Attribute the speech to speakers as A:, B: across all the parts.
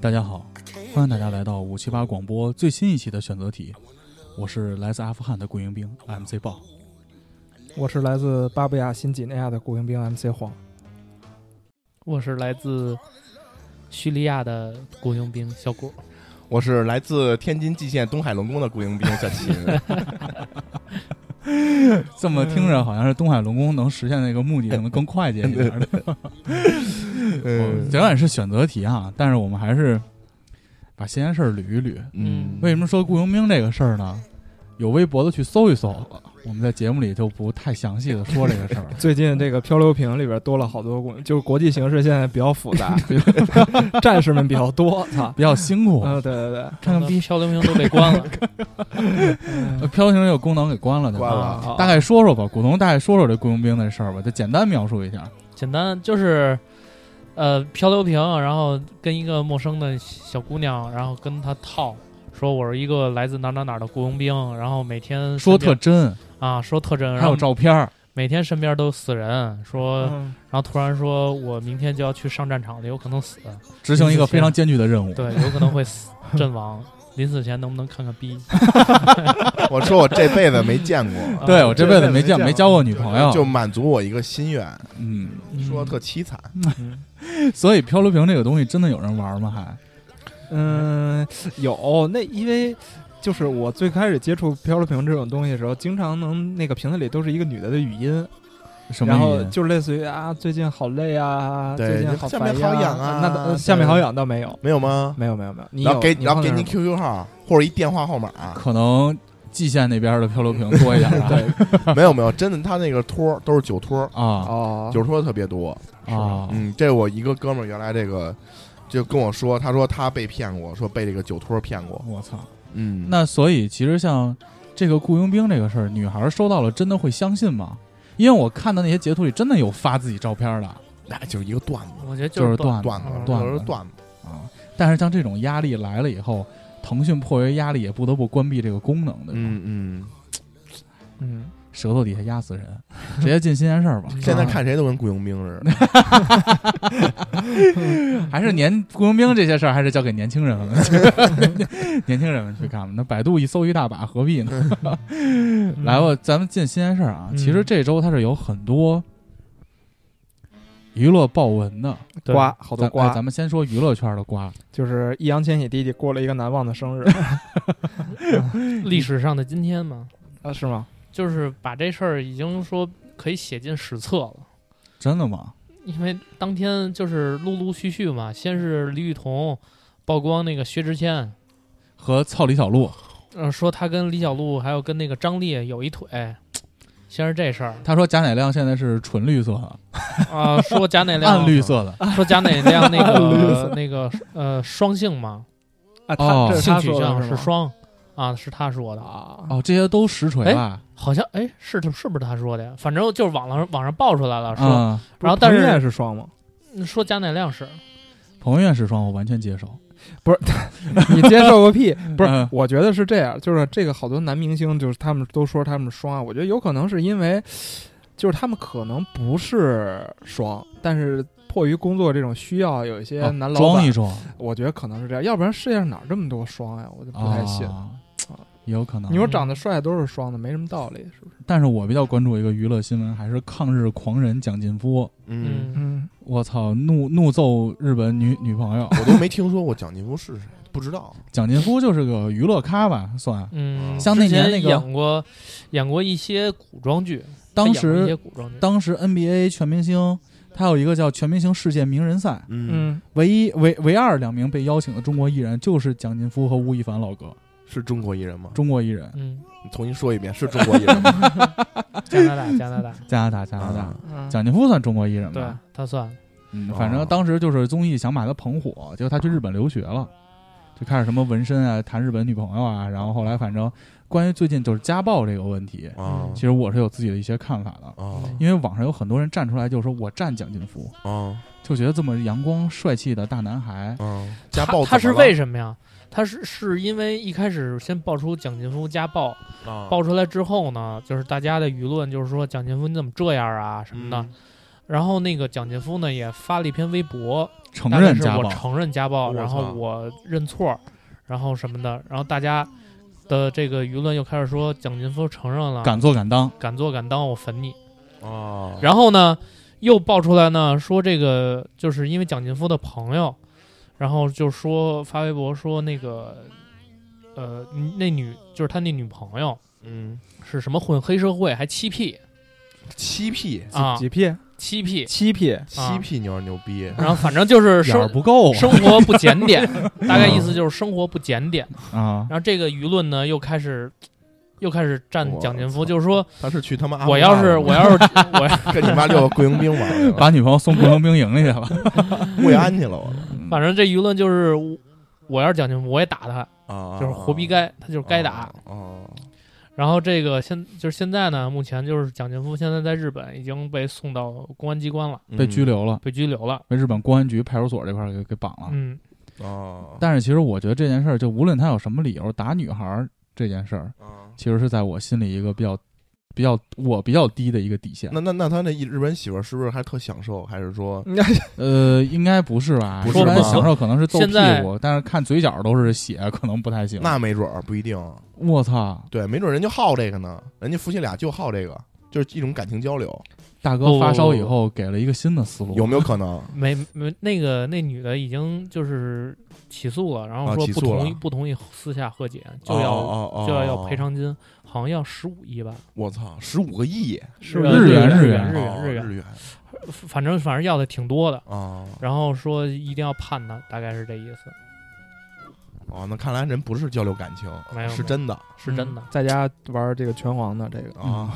A: 大家好，
B: 嗯
A: 欢迎大家来到五七八广播最新一期的选择题，我是来自阿富汗的雇佣兵 MC 豹。
C: 我是来自巴布亚新几内亚的雇佣兵 MC 黄。
D: 我是来自叙利亚的雇佣兵小果，
B: 我是来自天津蓟县东海龙宫的雇佣兵小 秦，
A: 这么听着好像是东海龙宫能实现那个 目的，可能更快捷一点儿。
B: 嗯
A: 尽管是选择题啊，但是我们还是把闲言事儿捋一捋。
D: 嗯
A: 为什么说雇佣兵这个事儿呢？有微博的去搜一搜，我们在节目里就不太详细的说这个事儿了。
C: 最近这个漂流瓶里边多了好多雇，就是国际形势现在比较复 杂，战士们比较多。操，
A: 比较辛苦，
C: 嗯，对对对，
A: 看看
D: 逼漂流瓶都被关了。
A: 呃漂流瓶有功能给关了，对吧
B: 关了
C: 啊
A: 大概说说吧，古潼大概说说这雇佣兵的事儿吧，就简单描述一下。
D: 简单就是，呃，漂流瓶，然后跟一个陌生的小姑娘，然后跟她套，说我是一个来自哪儿哪儿哪儿的雇佣兵，然后每天
A: 说
D: 身
A: 特
D: 边
A: 真，
D: 啊说特征，
A: 还
D: 然
A: 有
D: 后
A: 照片儿，
D: 每天身边都死人，说，
C: 嗯
D: 然后突然说我明天就要去上战场了，有可能死，
A: 执行一个非常艰巨的任务。
D: 对，有可能 会死阵亡。临死前能不能看看逼？
B: 我说我这辈子没见 过，
D: 啊
A: 对，我这辈子没
C: 这辈子没见
A: 见
C: 过
A: 没交过女朋友，
B: 就满足我一个心愿，
A: 嗯，
B: 说特凄惨，
A: 所以漂流瓶这个东西真的有人玩吗？还
C: 嗯，有那因为。就是我最开始接触漂流瓶这种东西的时候，经常能那个瓶子里都是一个女的的语音，
A: 什
C: 然后
A: 么意思？
C: 就类似于啊，最近好累啊，
B: 对
C: 最近好
B: 下
C: 烦
B: 面
C: 呀
B: 好痒啊
C: 那倒
B: 对
C: 下面好痒倒没有，
B: 没有吗？
C: 没有没有没有，你
B: 然后
C: 有
B: 给
C: 你
B: 然后给
C: 碰
B: 你
C: 见
B: QQ 号或者一电话号 码，
A: 啊可能蓟县那边的漂流瓶多一点啊
C: 对
B: 没有没有，真的，他那个托儿都是酒托儿，
A: 啊
C: 哦，
B: 酒托儿特别多，
A: 啊！
B: 嗯，这我一个哥们儿原来这个就跟我说，他说他被骗过，说被这个酒托儿骗过，
A: 我操！
B: 嗯，
A: 那所以其实像这个雇佣兵这个事儿，女孩收到了真的会相信吗？因为我看到那些截图里真的有发自己照片的
B: 那就是一个段子，
D: 我觉得
A: 就是是
D: 断
A: 段子
B: 段子，
A: 段
B: 就是
A: 子
B: 段子。
A: 啊。但是像这种压力来了以后，腾讯迫于压力也不得不关闭这个功能，对吧？
B: 嗯嗯，
C: 嗯，
A: 舌头底下压死人，直接进新鲜事儿吧。啊
B: 现在看谁都跟雇佣兵 似的。
A: 还是年雇佣兵这些事儿，还是交给年轻人们，年轻人们去干吧。那百度一搜一大把，何必呢？来吧，咱们进新鲜事儿啊。
D: 嗯
A: 其实这周它是有很多娱乐爆文的，
D: 嗯对
C: 瓜好多
A: 咱
C: 瓜
A: 哎，咱们先说娱乐圈的瓜。
C: 就是易烊千玺弟弟过了一个难忘的生日
D: 历史上的今天嘛，
C: 啊，是吗？
D: 就是把这事儿已经说可以写进史册了。
A: 真的吗？
D: 因为当天就是陆陆续续嘛，先是李雨桐曝光那个薛之谦，
A: 和操李小璐，
D: 呃，说他跟李小璐还有跟那个张烈有一腿，先是这事儿
A: 他说贾乃亮现在是纯绿色的，
D: 啊、说贾 乃亮
A: 暗绿色的，
D: 说贾乃亮那
C: 暗绿
D: 个
C: 色
D: 那个呃双性嘛，
C: 啊，
A: 哦
C: 他这是
D: 性
C: 他
D: 取
C: 说
D: 向
C: 的
D: 是
C: 吗
D: 双啊，是他说的，
C: 啊，
A: 哦，这些都实锤吧？
D: 好像哎是他是不是他说的呀？反正就是网上网上爆出来了说、
A: 啊，
C: 不
D: 然后但是
C: 彭于晏是双吗？
D: 说贾乃亮是
A: 彭于晏是双，我完全接受。
C: 你接受个屁！不是
A: 嗯，
C: 我觉得是这样，就是这个好多男明星，就是他们都说他们是双啊，我觉得有可能是因为，就是他们可能不是双，但是迫于工作这种需要，有一些
A: 哦
C: 男老
A: 装一
C: 板，
A: 装，
C: 我觉得可能是这样，要不然世界上哪儿这么多双呀？我就不太信。
A: 啊有可能
C: 你。说长得帅都是双的，没什么道理，是不是？
A: 但是我比较关注一个娱乐新闻，还是抗日狂人蒋劲夫。
B: 嗯，
D: 嗯
C: 嗯，
A: 我操，怒怒揍日本女女朋友。
B: 我都没听说过蒋劲夫是谁，不知道。
A: 蒋劲夫就是个娱乐咖吧，算。
D: 嗯，
A: 像那年那个
D: 之前演过演过一些古装剧，
A: 当
D: 他演过一些
A: 时
D: 古装剧，
A: 当时 NBA 全明星，他有一个叫全明星世界名人赛，
B: 嗯，
C: 嗯，
A: 唯一唯唯二两名被邀请的中国艺人就是蒋劲夫和吴亦凡老哥，
B: 是中国艺人吗？
A: 中国艺人，
D: 嗯，
B: 你重新说一遍，是中国艺人吗？
D: 加拿大，加 拿大，
A: 加拿大加拿大
B: 啊，
C: 嗯
A: 蒋劲夫算中国艺人
D: 对
A: 吧？
D: 他算
A: 嗯，
B: 哦
A: 反正当时就是综艺想把他捧火，结果他去日本留学了，就开始什么纹身啊，谈日本女朋友啊，然后后来反正关于最近就是家暴这个问题，
B: 啊
D: 嗯
A: 其实我是有自己的一些看法的，
B: 啊
A: 哦因为网上有很多人站出来就说我站蒋劲夫，
B: 啊
A: 就觉得这么阳光帅气的大男孩，
B: 啊！家暴
D: 他他
B: 怎
D: 是
B: 么了
D: 为什么呀？他是是因为一开始先爆出蒋劲夫家
A: 哦
D: 暴，
B: 啊
D: 爆出来之后呢，就是大家的舆论就是说蒋劲夫你怎么这样啊什么的，
B: 嗯
D: 然后那个蒋劲夫呢也发了一篇微博，
A: 承
D: 大概
A: 认
D: 是
A: 家
D: 我
A: 暴，
D: 承认家暴，
B: 我
D: 然
B: 操
D: 后我认错，然后什么的，然后大家的这个舆论又开始说蒋劲夫承认了，敢
A: 敢做敢当，
D: 敢做敢当，我粉你。
B: 哦，
D: 然后呢，又爆出来呢，说这个就是因为蒋劲夫的朋友，然后就说发微博说那个，呃，那女就是他那女朋友
B: 嗯，
D: 是什么混黑社会，还七 P
B: 七 P
D: 啊，
C: 几屁
D: 七 P，
C: 七屁，
B: 七 P 牛牛逼，
D: 然后反正就是
A: 眼儿
D: 生
A: 不够啊
D: 生活不检 点，大概意思就是生活不检点。
A: 啊！
D: 然后这个舆论呢又开始。又开始站
B: 我
D: 蒋劲夫，
B: 操
D: 就是说，
B: 他是去他妈阿富汗
D: 我要是
B: 了
D: 我要是我
B: 吗跟你妈遛雇佣兵玩了，
A: 把女朋友送雇佣兵营里去了，
B: 跪安去了我了
A: 嗯
D: 反正这舆论就是，我我要是蒋劲夫，我也打他，
B: 啊，
D: 就是活逼该，他就是该打。嗯
B: 哦，
D: 然后这个现就是现在呢，目前就是蒋劲夫现在在日本已经被送到公安机关了，
A: 被拘
B: 留
A: 留了，
D: 被拘留了。
A: 被日本公安局派出所这块儿给给绑
B: 啊
A: 了。
D: 嗯，
B: 哦，
A: 但是其实我觉得这件事儿，就无论他有什么理由打女孩儿这件事儿，
B: 啊
A: 其实是在我心里一个比较、比较我比较低的一个底线。
B: 那那那他那日本媳妇儿是不是还特享受？还是说
A: 呃，应该不是吧？
B: 不
D: 是
A: 一般
D: 吧
A: 享受可能是揍
D: 现在
A: 屁股，但是看嘴角都是血，可能不太
D: 嗯
A: 行。
B: 那没准儿不一定？
A: 我操，
B: 对，没准人就好这个呢，人家夫妻俩就好这个，就是一种感情交流，
A: 大哥
D: 不
A: 发烧以后给了一个新的思路，
B: 有没有可能？
D: 没没那个那女的已经就是起诉了，然后
B: 啊
D: 说
B: 起
D: 不
B: 诉
D: 同意
B: 了
D: 不同意私下和解，就要、
B: 哦哦哦
D: 就要要赔偿金，好像要十五亿吧，
B: 我操，十五个亿
D: 是
A: 日
D: 日
A: 元日
D: 日
A: 元
D: 日
B: 哦
D: 元日元，
B: 日元
D: 反正反正要的挺多的。
B: 啊
D: 然后说一定要判他，大概是这意思，
B: 哦，那看来人不是交流感情
D: 没，有
B: 是真的
D: 是真的。
C: 嗯在家玩这个拳皇的这个，
B: 啊！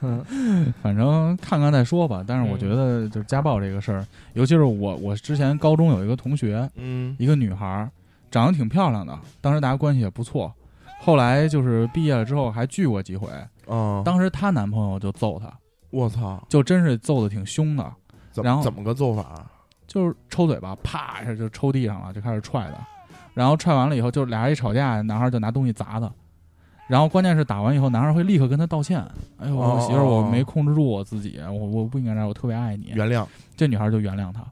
C: 嗯，
A: 反正看看再说吧。但是我
D: 嗯
A: 觉得，就是家暴这个事儿，尤其是我，我之前高中有一个同学，
B: 嗯
A: 一个女孩儿，长得挺漂亮的，当时大家关系也不错。后来就是毕业了之后还聚过几回，
B: 啊，
A: 当时她男朋友就揍她，
B: 我操，
A: 就真是揍的挺凶的，
B: 怎
A: 然
B: 么
A: 后
B: 怎么个做法？
A: 就是抽嘴巴，啪一下就抽地上了，就开始踹他。然后踹完了以后，就俩人一吵架，男孩就拿东西砸他。然后关键是打完以后，男孩会立刻跟他道歉：“哎呦，
B: 哦
A: 我媳妇儿，
B: 哦
A: 我没控制住我自己，我我不应该这样，我特别爱你。
B: 原谅，”
A: 这女孩就原谅他。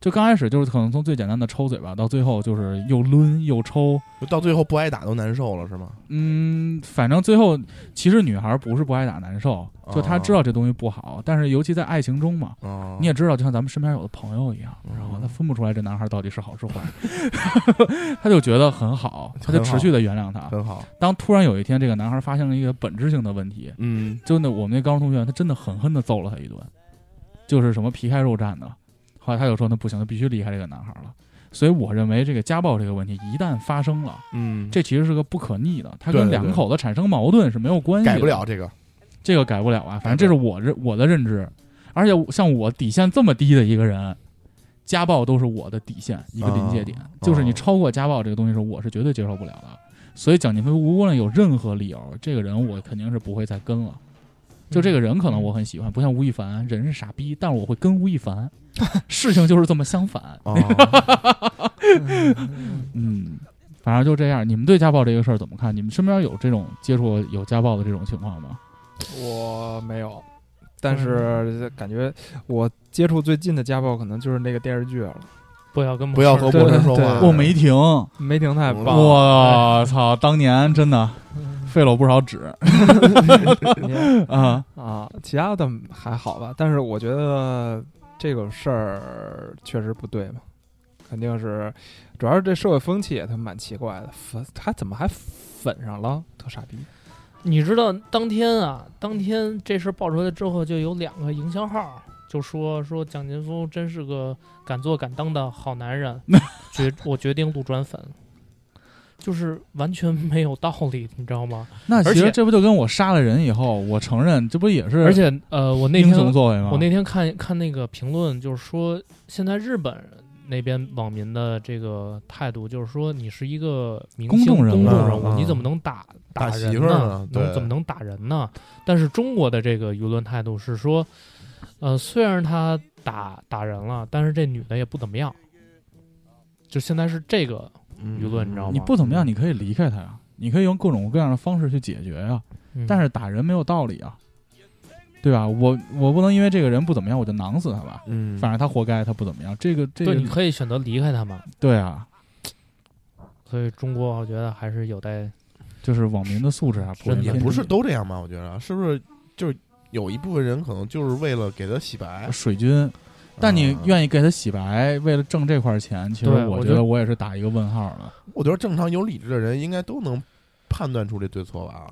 A: 就刚开始就是可能从最简单的抽嘴巴，到最后就是又抡又抽，
B: 就到最后不挨打都难受了是吗？
A: 嗯，反正最后其实女孩不是不挨打难受，就
B: 哦
A: 她知道这东西不好，但是尤其在爱情中嘛，
B: 啊，
A: 你也知道，就像咱们身边有的朋友一样，
B: 嗯
A: 然后他哦分不出来这男孩到底是好是坏， 他就觉得很好，他就持续的原谅他。
B: 很好，
A: 当突然有一天，这个男孩发现了一个本质性的问题，
B: 嗯，
A: 就那我们那高中同学，他真的狠狠的揍了他一顿，就是什么皮开肉绽的。后来他就说，那不行，他必须离开这个男孩了。所以我认为，这个家暴这个问题一旦发生了，
B: 嗯，
A: 这其实是个不可逆的，它
B: 对
A: 跟
B: 对对
A: 两口子产生矛盾是没有关系的，
B: 改不了 这个，
A: 这个改不了啊，反正这是我认我的认知，而且像我底线这么低的一个人，家暴都是我的底线一个临界点，就是你超过家暴这个东西是我是绝对接受不了的。所以蒋劲夫无论有任何理由，这个人我肯定是不会再跟了。就这个人可能我很喜欢，不像吴亦凡，人是傻逼，但是我会跟吴亦凡。事情就是这么相反，
B: 啊，
A: 嗯，反正就这样。你们对家暴这个事儿怎么看？你们身边有这种接触有家暴的这种情况吗？
C: 我没有，但
D: 嗯
C: 是感觉我接触最近的家暴可能就是那个电视剧了，
D: 不要跟
B: 不要和陌生人说
C: 对
B: 话，嗯
C: 对
A: 我哦没停，
C: 梅婷太棒了，
A: 我操！当年真的费了我不少纸啊！
C: 啊，其他的还好吧，但是我觉得这种事儿确实不对嘛，肯定是，主要是这社会风气也他妈蛮奇怪的，粉他怎么还粉上了，特傻逼。
D: 你知道当天啊，当天这事儿爆出来之后，就有两个营销号就说说蒋劲夫真是个敢做敢当的好男 人，决我决定路转粉，就是完全没有道理，你知道吗？
A: 那其
D: 而
A: 实
D: 且
A: 这不就跟我杀了人以后，我承认这不也是
D: 而且呃，我那
A: 英
D: 天
A: 雄作为吗？
D: 我那天看看那个评论，就是说现在日本那边网民的这个态度，就是说你是一个明星
A: 公众人物
D: 物
B: 嗯
D: 你怎么能打
B: 打媳
D: 人
B: 妇儿
D: 呢
B: 呢？对
D: 能怎么能打人呢？但是中国的这个舆论态度是说，呃，虽然他打打人了，但是这女的也不怎么样。就现在是这个，
B: 嗯
D: 舆论你知道吗
A: 你不怎么样，你可以离开他呀，你可以用各种各样的方式去解决呀。
D: 嗯
A: 但是打人没有道理啊，对吧？我我不能因为这个人不怎么样，我就囊死他吧。
B: 嗯
A: 反正他活该，他不怎么样。这个这
D: 对，你
A: 个，
D: 可以选择离开他们。
A: 对啊，
D: 所以中国，我觉得还是有待
A: 就是网民的素质啊，
D: 真的
A: 普遍
B: 也不是都这样吧？我觉得是不是就是有一部分人可能就是为了给他洗白，
A: 水军。但你
B: 嗯
A: 愿意给他洗白，为了挣这块钱，其实
D: 对
A: 我
D: 我
A: 觉
D: 觉
A: 得
D: 得
A: 我也是打一个问号了。
B: 我觉得正常有理智的人应该都能判断出这对错吧？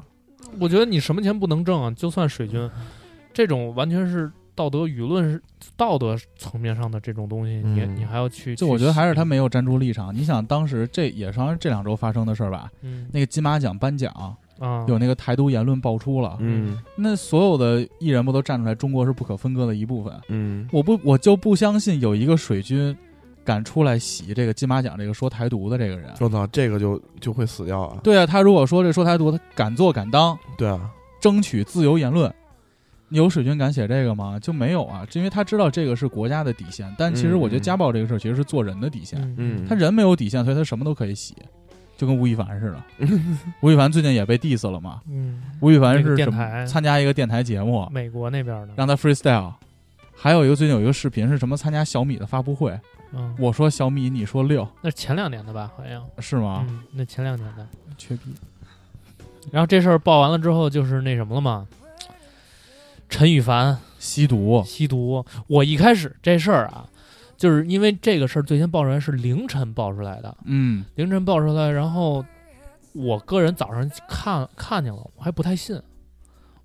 D: 我觉得你什么钱不能挣啊？就算水军，
A: 嗯
D: 这种完全是道德舆论是道德层面上的这种东西，你
B: 嗯
D: 你还要去？
A: 就
D: 去
A: 我觉得还是他
D: 洗，
A: 没有站出立场。你想，当时这也是这两周发生的事儿吧？
D: 嗯
A: 那个金马奖颁奖
D: 啊，
A: 有那个台独言论爆出了，
D: 嗯
A: 那所有的艺人不都站出来，中国是不可分割的一部分？
B: 嗯
A: 我不，我就不相信有一个水军敢出来洗这个金马奖这个说台独的这个人。
B: 我操，这个就就会死掉啊！
A: 对啊，他如果说这说台独，他敢做敢当，
B: 对啊，
A: 争取自由言论。你有水军敢写这个吗？就没有啊，因为他知道这个是国家的底线。但其实
B: 嗯
A: 我觉得家暴这个事儿其实是做人的底线，
D: 嗯
A: 他人没有底线，所以他什么都可以洗，就跟吴亦凡似的。吴亦凡最近也被 diss 了嘛？
D: 嗯，
A: 吴亦凡
D: 那
A: 是
D: 个电
A: 什么
D: 台
A: 参加一个电台节目，
D: 嗯美国那边的，
A: 让他 freestyle。还有一个最近有一个视频是什么参加小米的发布会，
D: 嗯，
A: 我说小米，你说六
D: 那是前两年的吧，好像
A: 是吗？
D: 嗯，那前两年的。
A: 缺逼，
D: 然后这事儿报完了之后，就是那什么了嘛。陈羽凡
A: 吸毒，
D: 吸毒，我一开始这事儿啊，就是因为这个事儿最先爆出来是凌晨爆出来的，
A: 嗯
D: 凌晨爆出来，然后我个人早上看看见了，我还不太信，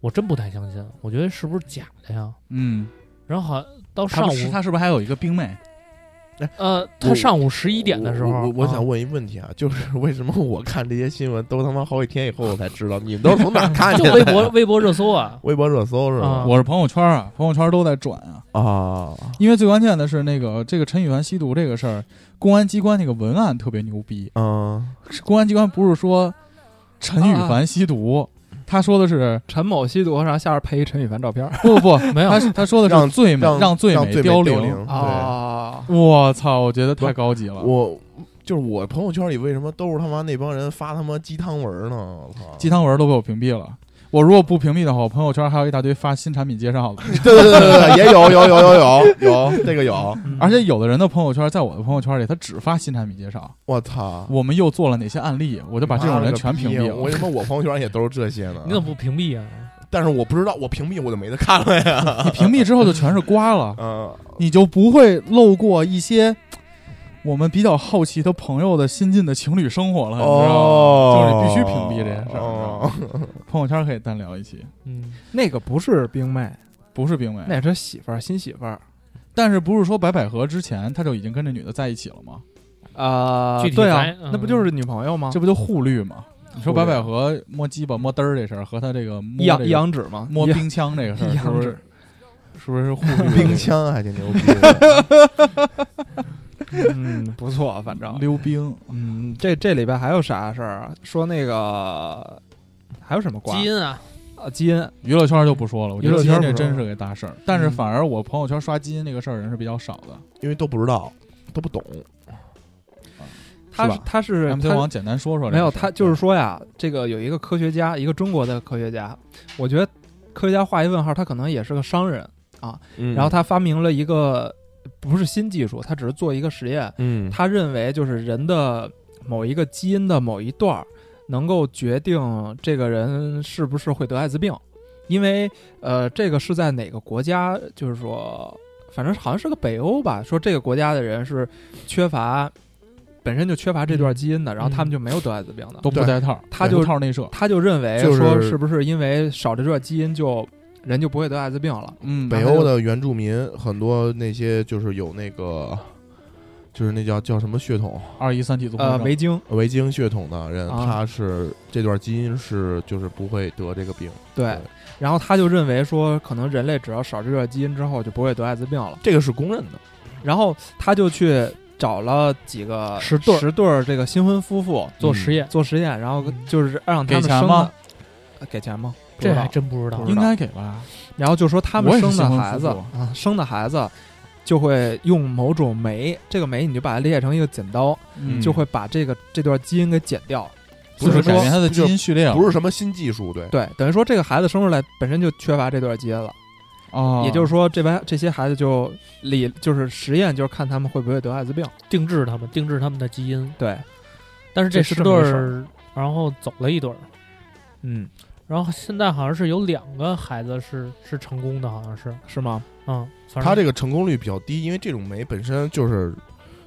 D: 我真不太相信，我觉得是不是假的呀？
A: 嗯，
D: 然后好像到
A: 他
D: 上
A: 不是
D: 午，
A: 他是不是还有一个冰妹？
D: 呃，他上午十一点的时候，
B: 我我我
D: 啊
B: 想问一问题啊，就是 为什么我看这些新闻都他妈好几天以后我才知道？你们都是从哪儿看
D: 啊就
B: 见的
D: 微博
B: 呀？
D: 微博热搜 啊，
B: 微博热搜是吧
D: 啊？
A: 我是朋友圈啊，朋友圈都在转啊。
B: 啊，
A: 因为最关键的是那个这个陈羽凡吸毒这个事儿，公安机关那个文案特别牛逼。
B: 嗯
A: 公安机关不是说陈羽凡吸毒，他说的是
C: 陈某吸毒，然后下边配一陈羽凡照片儿
A: 不不不，
D: 啊没有
A: 他他说的
B: 让
A: 是最美
B: 让
A: 最
B: 让最
A: 凋
B: 凋
A: 零。
B: 对，
C: 啊，
A: 我操，我觉得太高级了。
B: 我就是我朋友圈里为什么都是他妈那帮人发他妈鸡汤文儿呢？我操！
A: 鸡汤文都被我屏蔽了。我如果不屏蔽的话，我朋友圈还有一大堆发新产品介绍的，
B: 对对对对对，也有有有有有有这个有，
D: 嗯
A: 而且有的人的朋友圈，在我的朋友圈里，他只发新产品介绍。
B: 我操！
A: 我们又做了哪些案例？我就 把这种人全屏
B: 嗯妈
A: 蔽
B: 了个逼
A: 了。
B: 为什么我朋友圈也都是这些呢？
D: 你怎么不屏蔽啊？
B: 但是我不知道，我屏蔽我就没得看了 呀。
A: 你屏蔽之后就全是瓜了，
B: 嗯，
A: 你就不会漏过一些我们比较好奇他朋友的新进的情侣生活了，你知道吗？就是你必须屏蔽这件事儿
B: 哦。
A: 你知道吗朋友圈可以单聊一期，
D: 嗯，
C: 那个不是冰妹，
A: 不是冰妹，
C: 那是他媳妇儿，新媳妇儿
A: 但是不是说白百合之前他就已经跟这女的在一起了吗？
C: 啊
D: 具体
C: 对啊
D: 来，嗯
C: 那不就是女朋友吗？
A: 这不就互绿吗？你说
C: 互
A: 白
C: 啊绿
A: 百合摸鸡巴摸嘚儿这事儿和他这个摸
C: 一阳
A: 这
C: 一
A: 个
C: 阳指吗？
A: 摸
C: 一阳
A: 冰枪这个事儿，
C: 一
A: 是不
C: 阳
A: 是
C: 指，
A: 是不是互绿的
B: 冰
A: 这
B: 枪还挺牛逼 的。
C: 嗯，不错，反
A: 个
C: 正
A: 溜冰？
C: 嗯，这这里边还有啥事儿啊？说那个还有什么瓜？
D: 基因啊，
C: 啊，基因
A: 娱乐圈就不说了，我觉
C: 娱
A: 得
C: 乐
A: 今天
C: 圈
A: 这
C: 不说
A: 真
C: 了
A: 是个大事儿。但是
C: 嗯
A: 反而我朋友圈刷基因这个事儿人是比较少的。
B: 因为都不知道，都不懂。
C: 他
B: 是
C: 是
B: 吧
C: 他是
A: MC
C: 他
A: 王简单说说这个事儿，嗯
C: 没有他就是说呀，这个有一个科学家，一个中国的科学家，我觉得科学家画一问号，他可能也是个商人，
B: 嗯
C: 然后，他发明了一个不是新技术，他只是做一个实验，
B: 嗯，
C: 他认为就是人的某一个基因的某一段儿能够决定这个人是不是会得艾滋病，因为呃，这个是在哪个国家，就是说，反正好像是个北欧吧，说这个国家的人是缺乏本身就缺乏这段基因的，然后他们就没有得艾滋病的，
A: 都不
B: 对
A: 带套，
C: 他
A: 对
C: 就
A: 无套内射。
C: 他就认为
B: 就是
C: 说是不是因为少这段基因就人就不会得艾滋病了。
A: 嗯，
B: 北欧的原住民很多那些就是有那个，就是那叫叫什么血统，
A: 二一三体综合
C: 呃，
A: 症
C: 维京，
B: 维京血统的人，
C: 啊
B: 他是这段基因是就是不会得这个病。
C: 对，然后他就认为说，可能人类只要少这段基因之后，就不会得艾滋病了。
B: 这个是公认的。
C: 然后他就去找了几个
D: 十对儿
C: 十对儿这个新婚夫妇
D: 做实验，
C: 做实验，然后
D: 嗯
C: 就是让他们
A: 给钱
C: 生
A: 吗
C: 的，呃给钱吗？不
D: 这
C: 知
D: 还
C: 道。
D: 真不知道
C: 不
A: 应
C: 知道
A: 该给吧？
C: 然后就说他
A: 我
C: 们
A: 也是
C: 生的
A: 新婚
C: 孩子
A: 夫妇
C: 啊，生的孩子就会用某种酶，这个酶你就把它裂成一个剪刀，
A: 嗯
C: 就会把这个这段基因给剪掉。
B: 不
A: 就是是改
B: 说
A: 变
C: 啊
A: 他的基因序列了，
B: 不是什么新技术，对，
C: 对，等于说这个孩子生出来本身就缺乏这段基因了。
A: 哦，
C: 也就是说，这帮这些孩子就理就是实验，就是看他们会不会得艾滋病。
D: 定制他们，定制他们的基因。
C: 对，
D: 但是
C: 这是
D: 十
C: 这
D: 对
C: 么回事
D: 儿，然后走了一对儿，
C: 嗯，
D: 然后现在好像是有两个孩子是是成功的，好像是，
C: 是吗？
D: 嗯，反正
B: 它这个成功率比较低，因为这种酶本身就是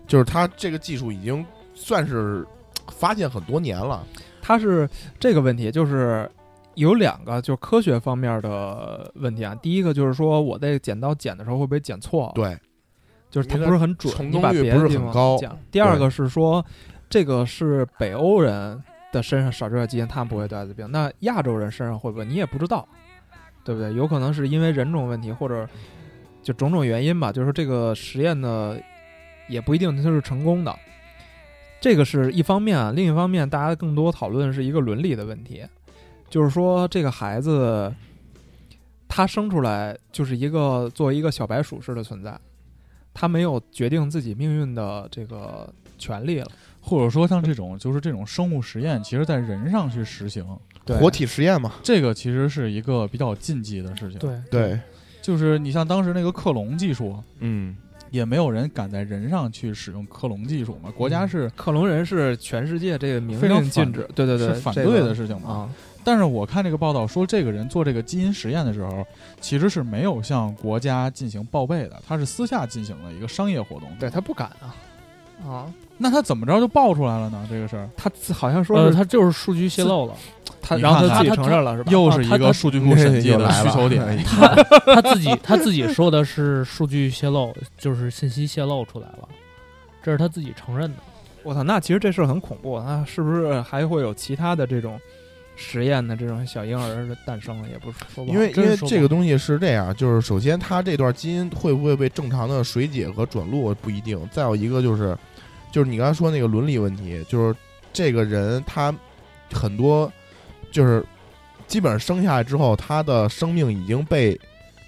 B: 就是它这个技术已经算是发现很多年了，
C: 他是这个问题，就是有两个就是科学方面的问题啊。第一个就是说，我在剪刀剪的时候会不会剪错？，啊
B: 对，
C: 就是它
B: 因为
C: 不是很准，
B: 成
C: 你
B: 功
C: 把
B: 率
C: 别
B: 不
C: 的
B: 是
C: 地
B: 很
C: 方
B: 高
C: 剪。第二个是说，这个是北欧人的身上少这点基因，他们不会得艾滋病。那亚洲人身上会不会？你也不知道，对不对？有可能是因为人种问题，或者就种种原因吧。就是说这个实验呢，也不一定它是成功的。这个是一方面啊，另一方面，大家更多讨论是一个伦理的问题，就是说这个孩子他生出来就是一个作为一个小白鼠式的存在，他没有决定自己命运的这个权利了。
A: 或者说像这种就是这种生物实验，其实在人上去实行，
C: 对
B: 活体实验嘛，
A: 这个其实是一个比较禁忌的事情。，
D: 对
B: 对，
A: 就是你像当时那个克隆技术，
B: 嗯，
A: 也没有人敢在人上去使用克隆技术嘛，国家是、
C: 克隆人是全世界这个明
A: 非常
C: 令禁止，对对对，
A: 是反对的
C: 这
A: 事情
C: 个
A: 嘛。
C: 啊，
A: 但是我看这个报道说，这个人做这个基因实验的时候，其实是没有向国家进行报备的，他是私下进行的一个商业活动。
C: 对他不敢啊啊，
A: 那他怎么着就爆出来了呢？这个事儿
C: 他自好像说
D: 呃，
C: 是
D: 他就是数据泄露了，
C: 他，
A: 你
C: 然后
A: 看
C: 他
A: 看
C: 自己
D: 他
C: 承认了是吧？
A: 又是
D: 啊他
A: 一
D: 他
A: 个数据库审计
B: 又
A: 的
B: 来
A: 需
B: 了
A: 求点。
B: 哎
D: 他自己他自己说的是数据泄露，就是信息泄露出来了，这是他自己承认的。
C: 我操，那其实这事儿很恐怖，啊那是不是还会有其他的这种实验的这种小婴儿的诞生了？也不是说不好
B: 因为因
D: 真是
B: 为
D: 说不
B: 这个东西是这样，就是首先它这段基因会不会被正常的水解和转录不一定，再有一个就是，就是你刚才说那个伦理问题，就是这个人他很多就是基本上生下来之后，他的生命已经被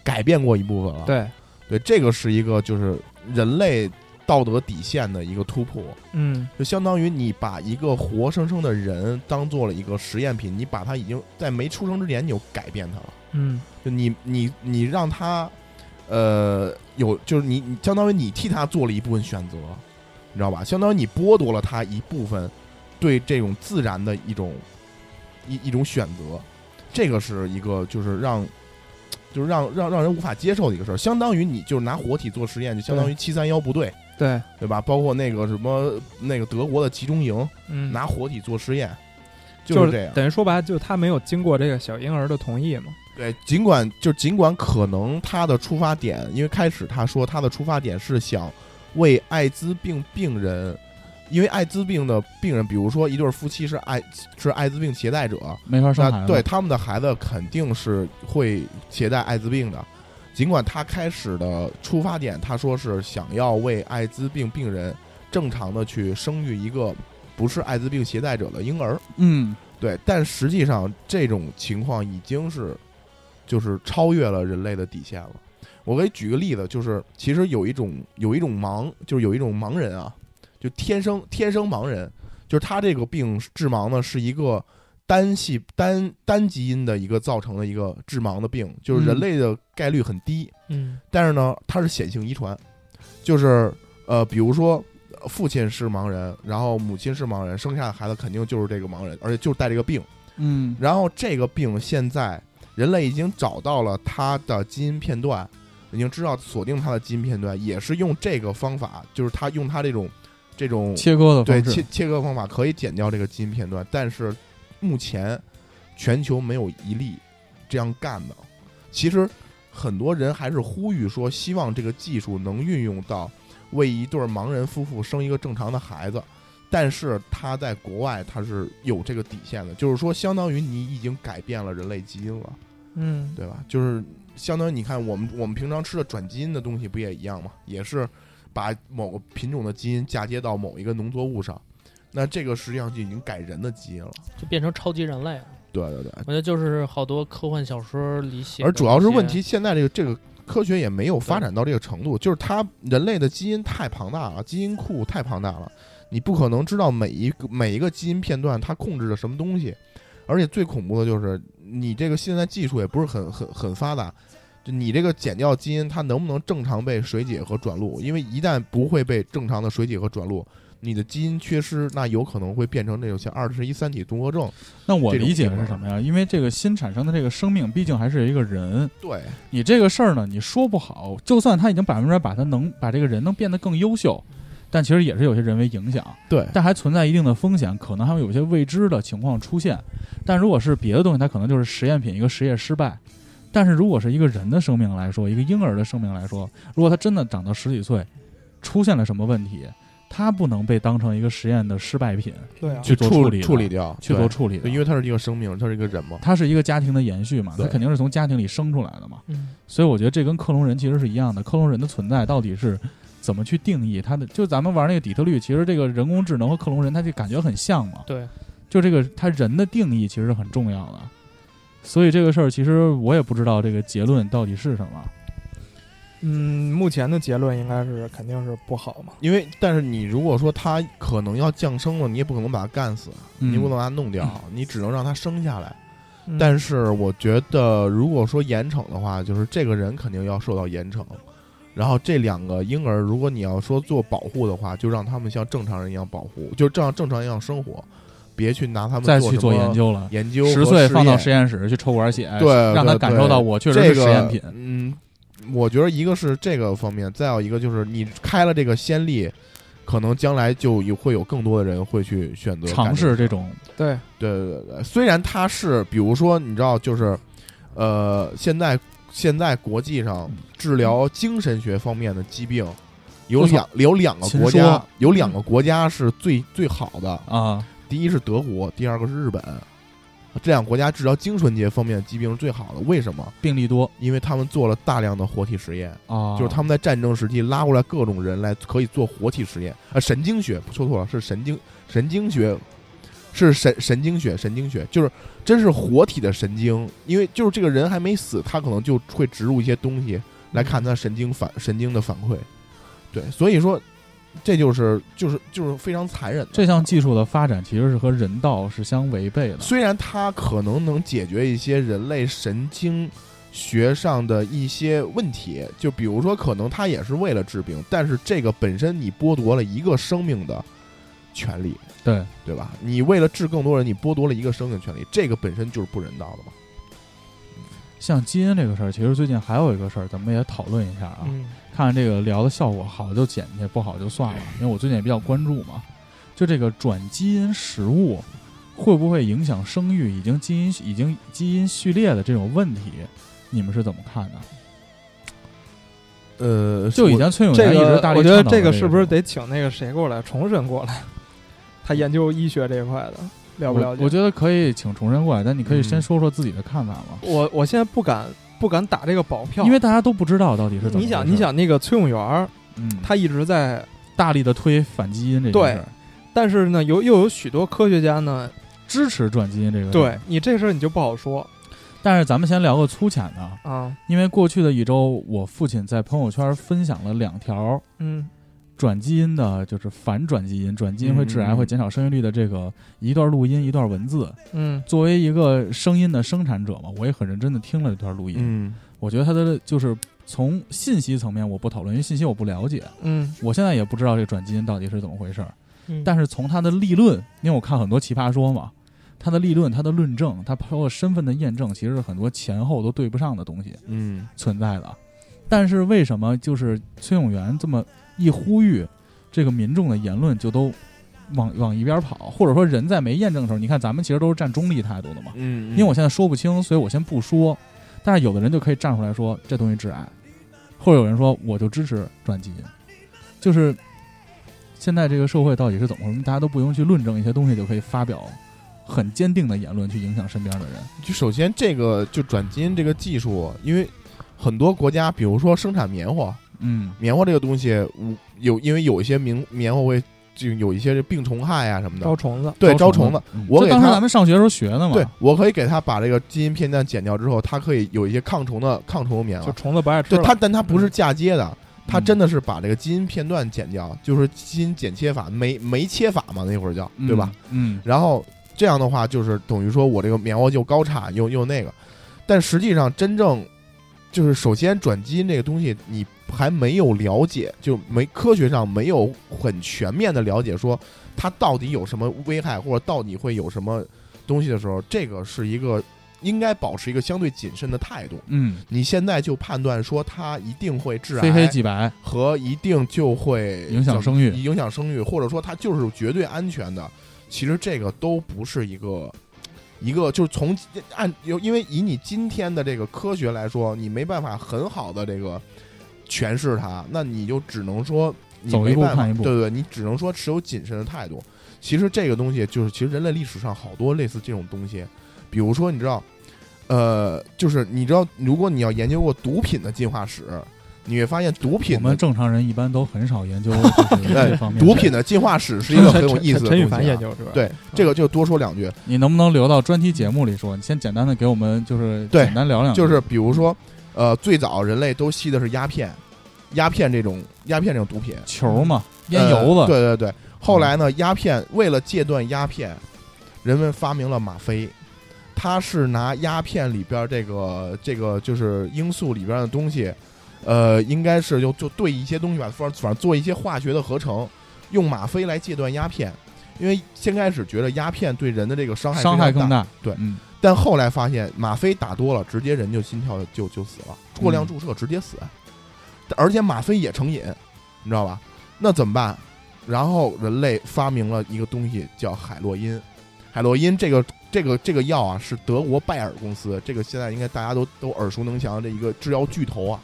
B: 改变过一部分了。
C: 对，
B: 对，这个是一个就是人类道德底线的一个突破，
C: 嗯，
B: 就相当于你把一个活生生的人当做了一个实验品，你把他已经在没出生之前你就改变他了。
C: 嗯，
B: 就你你你让他，呃，有就是你你相当于你替他做了一部分选择，你知道吧？相当于你剥夺了他一部分对这种自然的一种一一种选择，这个是一个就是让就是让让让人无法接受的一个事儿，相当于你就是拿活体做实验，就相当于七三幺部队，
C: 对，
B: 对吧？包括那个什么那个德国的集中营，
C: 嗯，
B: 拿活体做实验，
C: 就是
B: 这样。
C: 等于说白了，就是他没有经过这个小婴儿的同意嘛。
B: 对，尽管就尽管可能他的出发点，因为开始他说他的出发点是想为艾滋病病人，因为艾滋病的病人，比如说一对夫妻是艾是艾滋病携带者，
A: 没法生孩
B: 那
A: 子，
B: 对他们的孩子肯定是会携带艾滋病的。尽管他开始的出发点，他说是想要为艾滋病病人正常的去生育一个不是艾滋病携带者的婴儿，
A: 嗯，
B: 对，但实际上这种情况已经是就是超越了人类的底线了。我给举个例子，就是其实有一种有一种盲，就是有一种盲人啊，就天生天生盲人，就是他这个病致盲呢是一个单系单单基因的一个造成的一个致盲的病，就是人
A: 嗯
B: 类的概率很低，
D: 嗯，
B: 但是呢，它是显性遗传，就是呃，比如说呃父亲是盲人，然后母亲是盲人，生下的孩子肯定就是这个盲人，而且就是带这个病。
A: 嗯
B: 然后这个病现在人类已经找到了它的基因片段，已经知道锁定它的基因片段，也是用这个方法，就是他用他这种这种
A: 切割的
B: 嗯对
A: 方式
B: 切，切割方法可以剪掉这个基因片段，但是目前全球没有一例这样干的。其实很多人还是呼吁说，希望这个技术能运用到为一对盲人夫妇生一个正常的孩子。但是他在国外他是有这个底线的，就是说，相当于你已经改变了人类基因了，
C: 嗯，
B: 对吧？就是相当于你看我们我们平常吃的转基因的东西不也一样吗？也是把某个品种的基因嫁接到某一个农作物上，那这个实际上就已经改人的基因了。
D: 就变成超级人类了。
B: 对对对，
D: 我觉得就是好多科幻小说里写，
B: 而主要是问题，现在这个这个科学也没有发展到这个程度，就是它人类的基因太庞大了，基因库太庞大了，你不可能知道每一个每一个基因片段它控制着什么东西，而且最恐怖的就是你这个现在技术也不是很很很发达，就你这个碱调基因它能不能正常被水解和转录？因为一旦不会被正常的水解和转录，你的基因缺失，那有可能会变成那种像二十一三体综合症。
A: 那我
B: 这种
A: 理解
B: 地
A: 的
B: 方
A: 是什么呀？因为这个新产生的这个生命，毕竟还是有一个人。
B: 对，
A: 你这个事儿呢，你说不好，就算他已经百分之百把他能把这个人能变得更优秀，但其实也是有些人为影响，
B: 对，
A: 但还存在一定的风险，可能还会有一些未知的情况出现。但如果是别的东西，它可能就是实验品一个实验失败。但是如果是一个人的生命来说，一个婴儿的生命来说，如果他真的长到十几岁，出现了什么问题，他不能被当成一个实验的失败品
C: 对啊，
A: 去做
B: 处
A: 理的
B: 处理掉，
A: 去
B: 对
A: 做处理的
B: 对，因为它是一个生命，它是一个人嘛。
A: 它是一个家庭的延续嘛，它
B: 对
A: 肯定是从家庭里生出来的嘛，
D: 嗯，
A: 所以我觉得这跟克隆人其实是一样的。克隆人的存在到底是怎么去定义它的？就咱们玩那个底特律，其实这个人工智能和克隆人，它就感觉很像嘛。
D: 对，
A: 就这个它人的定义其实是很重要的，所以这个事儿其实我也不知道这个结论到底是什么。
C: 嗯，目前的结论应该是肯定是不好嘛。
B: 因为，但是你如果说它可能要降生了，你也不可能把它干死，
A: 嗯
B: 你也不能把它弄掉，你只能让它生下来。
C: 嗯
B: 但是我觉得，如果说严惩的话，就是这个人肯定要受到严惩。然后这两个婴儿，如果你要说做保护的话，就让他们像正常人一样保护，就这样正常一样生活，别去拿他们
A: 再去做
B: 做什么
A: 研究了，
B: 研究
A: 十
B: 和
A: 岁放到
B: 验
A: 实验室去抽管血，
B: 对对
A: 让他感受到我确实是
B: 这个
A: 实验品。
B: 嗯，我觉得一个是这个方面，再有一个就是你开了这个先例，可能将来就有会有更多的人会去选择干
A: 尝试这
B: 这个事儿。
A: 种，
C: 对，
B: 对对对对，虽然它是，比如说你知道，就是呃，现在现在国际上治疗精神学方面的疾病。有
A: 我操
B: 两有两个
A: 秦
B: 国家
A: 说，
B: 有两个国家是最最好的，
A: 啊，
B: 第一是德国，第二个是日本，这两个国家治疗精神节方面的疾病是最好的。为什么？
A: 病例多
B: 因为他们做了大量的活体实验，
A: 啊，
B: 就是他们在战争时期拉过来各种人来，可以做活体实验。呃，神经学说错了，是神经神经学，是神神经学神经学，就是真是活体的神经，因为就是这个人还没死，他可能就会植入一些东西来看他神经反神经的反馈。对，所以说这就是就是就是非常残忍的
A: 这项技术的发展其实是和人道是相违背的。
B: 虽然它可能能解决一些人类神经学上的一些问题，就比如说可能它也是为了治病，但是这个本身你剥夺了一个生命的权利，
A: 对，
B: 对吧？你为了治更多人，你剥夺了一个生命权利，这个本身就是不人道的嘛。
A: 像基因这个事儿，其实最近还有一个事儿，咱们也讨论一下啊，
D: 嗯，
A: 看看这个聊的效果好就剪去，不好就算了。因为我最近也比较关注嘛，就这个转基因食物会不会影响生育，已经基因已经基因序列的这种问题，你们是怎么看的？
B: 呃，
A: 就以前崔永
C: 这
A: 元一直
C: 个
A: 大力
C: 我觉得
A: 倡导的
C: 这
A: 个
C: 个是不是得请那个谁过来重审过来？他研究医学这一块的，了不了
A: 我？我
C: 解？
A: 觉得可以请重申过来，但你可以先
B: 嗯
A: 说说自己的看法嘛，
C: 我我现在不敢不敢打这个保票，
A: 因为大家都不知道到底是怎么
C: 你想
A: 回事
C: 你，想那个崔永元儿，
A: 嗯，
C: 他一直在，
A: 大力的推反基因这件事儿，
C: 但是呢，有又有许多科学家呢，
A: 支持转基因这个事儿
C: 对你这事儿你就不好说
A: 但是咱们先聊个粗浅的啊，
C: 啊，
A: 因为过去的一周，我父亲在朋友圈分享了两条
C: 嗯
A: 转基因的，就是反转基因，转基因会致
B: 嗯嗯
A: 癌，
B: 嗯
A: 会减少生育率的这个一段录音，一段文字。
C: 嗯
A: 作为一个声音的生产者嘛，我也很认真的听了这段录音。
B: 嗯，
A: 我觉得他的就是从信息层面我不讨论，因为信息我不了解，
C: 嗯
A: 我现在也不知道这个转基因到底是怎么回事儿。
D: 嗯
A: 但是从他的立论，因为我看很多奇葩说嘛，他的立论、他的论证、他包括身份的验证，其实是很多前后都对不上的东西。
B: 嗯，
A: 存在的。但是为什么就是崔永元这么一呼吁，这个民众的言论就都往往一边跑，或者说人在没验证的时候，你看咱们其实都是站中立态度的嘛。
B: 嗯，
A: 因为我现在说不清，所以我先不说。但是有的人就可以站出来说这东西致癌，或者有人说我就支持转基因，就是现在这个社会到底是怎么回事？大家都不用去论证一些东西，就可以发表很坚定的言论去影响身边的人。
B: 就首先这个就转基因这个技术，因为很多国家，比如说生产棉花，
A: 嗯，
B: 棉花这个东西，我有因为有一些棉棉花会就有一些病虫害啊什么的
C: 招，虫子，
B: 对，招
A: 虫
B: 虫子。，
A: 嗯
B: 我
A: 这
B: 给
A: 当时
B: 他
A: 咱们上学的时候学
C: 啊
A: 的嘛。
B: 对，我可以给它把这个基因片段剪掉之后，它可以有一些抗虫的抗虫棉
C: 就
B: 花。
C: 虫子不爱吃
B: 对
C: 了，
B: 它，但它不是嫁接的，它
A: 嗯
B: 真的是把这个基因片段剪掉，就是基因剪切法，酶酶切法嘛，那会儿叫，对吧？？
A: 嗯，
B: 然后这样的话，就是等于说我这个棉花又高产又又那个，但实际上真正就是首先转基因这个东西，你还没有了解，就没科学上没有很全面的了解，说它到底有什么危害，或者到底会有什么东西的时候，这个是一个应该保持一个相对谨慎的态度。
A: 嗯，
B: 你现在就判断说它一定会致
A: 非黑
B: 癌
A: 即白，
B: 和一定就会
A: 影响生育
B: 影响生育，或者说它就是绝对安全的，其实这个都不是一个一个就是从按有因为以你今天的这个科学来说，你没办法很好的这个诠释它，那你就只能说你
A: 走一
B: 没
A: 步
B: 办法
A: 看一步
B: 对对，你只能说持有谨慎的态度。其实这个东西就是，其实人类历史上好多类似这种东西，比如说你知道，呃，就是你知道，如果你要研究过毒品的进化史，你会发现毒品
A: 我
B: 的
A: 们正常人一般都很少研 究就是
B: 哎
A: 这方面。
B: 毒品，的进化史是一个很有意思的东西啊、
C: 陈宇凡嗯研究是吧？
B: 对这个就多说两句，
A: 你能不能留到专题节目里说？你先简单的给我们就是
B: 对
A: 简单聊
C: 嗯
A: 两句，
B: 就是比如说，呃，最早人类都吸的是鸦片，鸦片这种鸦片这种毒品，
A: 球嘛，烟油
B: 呃
A: 子，嗯
B: 对对对。后来呢，鸦片为了戒断鸦片，人们发明了吗啡，它是拿鸦片里边儿这个这个就是罂粟里边儿的东西，呃，应该是就就对一些东西吧，反反正做一些化学的合成，用吗啡来戒断鸦片。因为先开始觉得鸦片对人的这个伤害
A: 伤害
B: 非常
A: 更
B: 大，
A: 大。
B: 对
A: 嗯，
B: 但后来发现吗啡打多了，直接人就心跳就就死了，过量注射直接死，而且吗啡也成瘾，你知道吧？那怎么办？然后人类发明了一个东西叫海洛因，海洛因这个这个这个药啊，是德国拜耳公司，这个现在应该大家都都耳熟能详的一个制药巨头啊。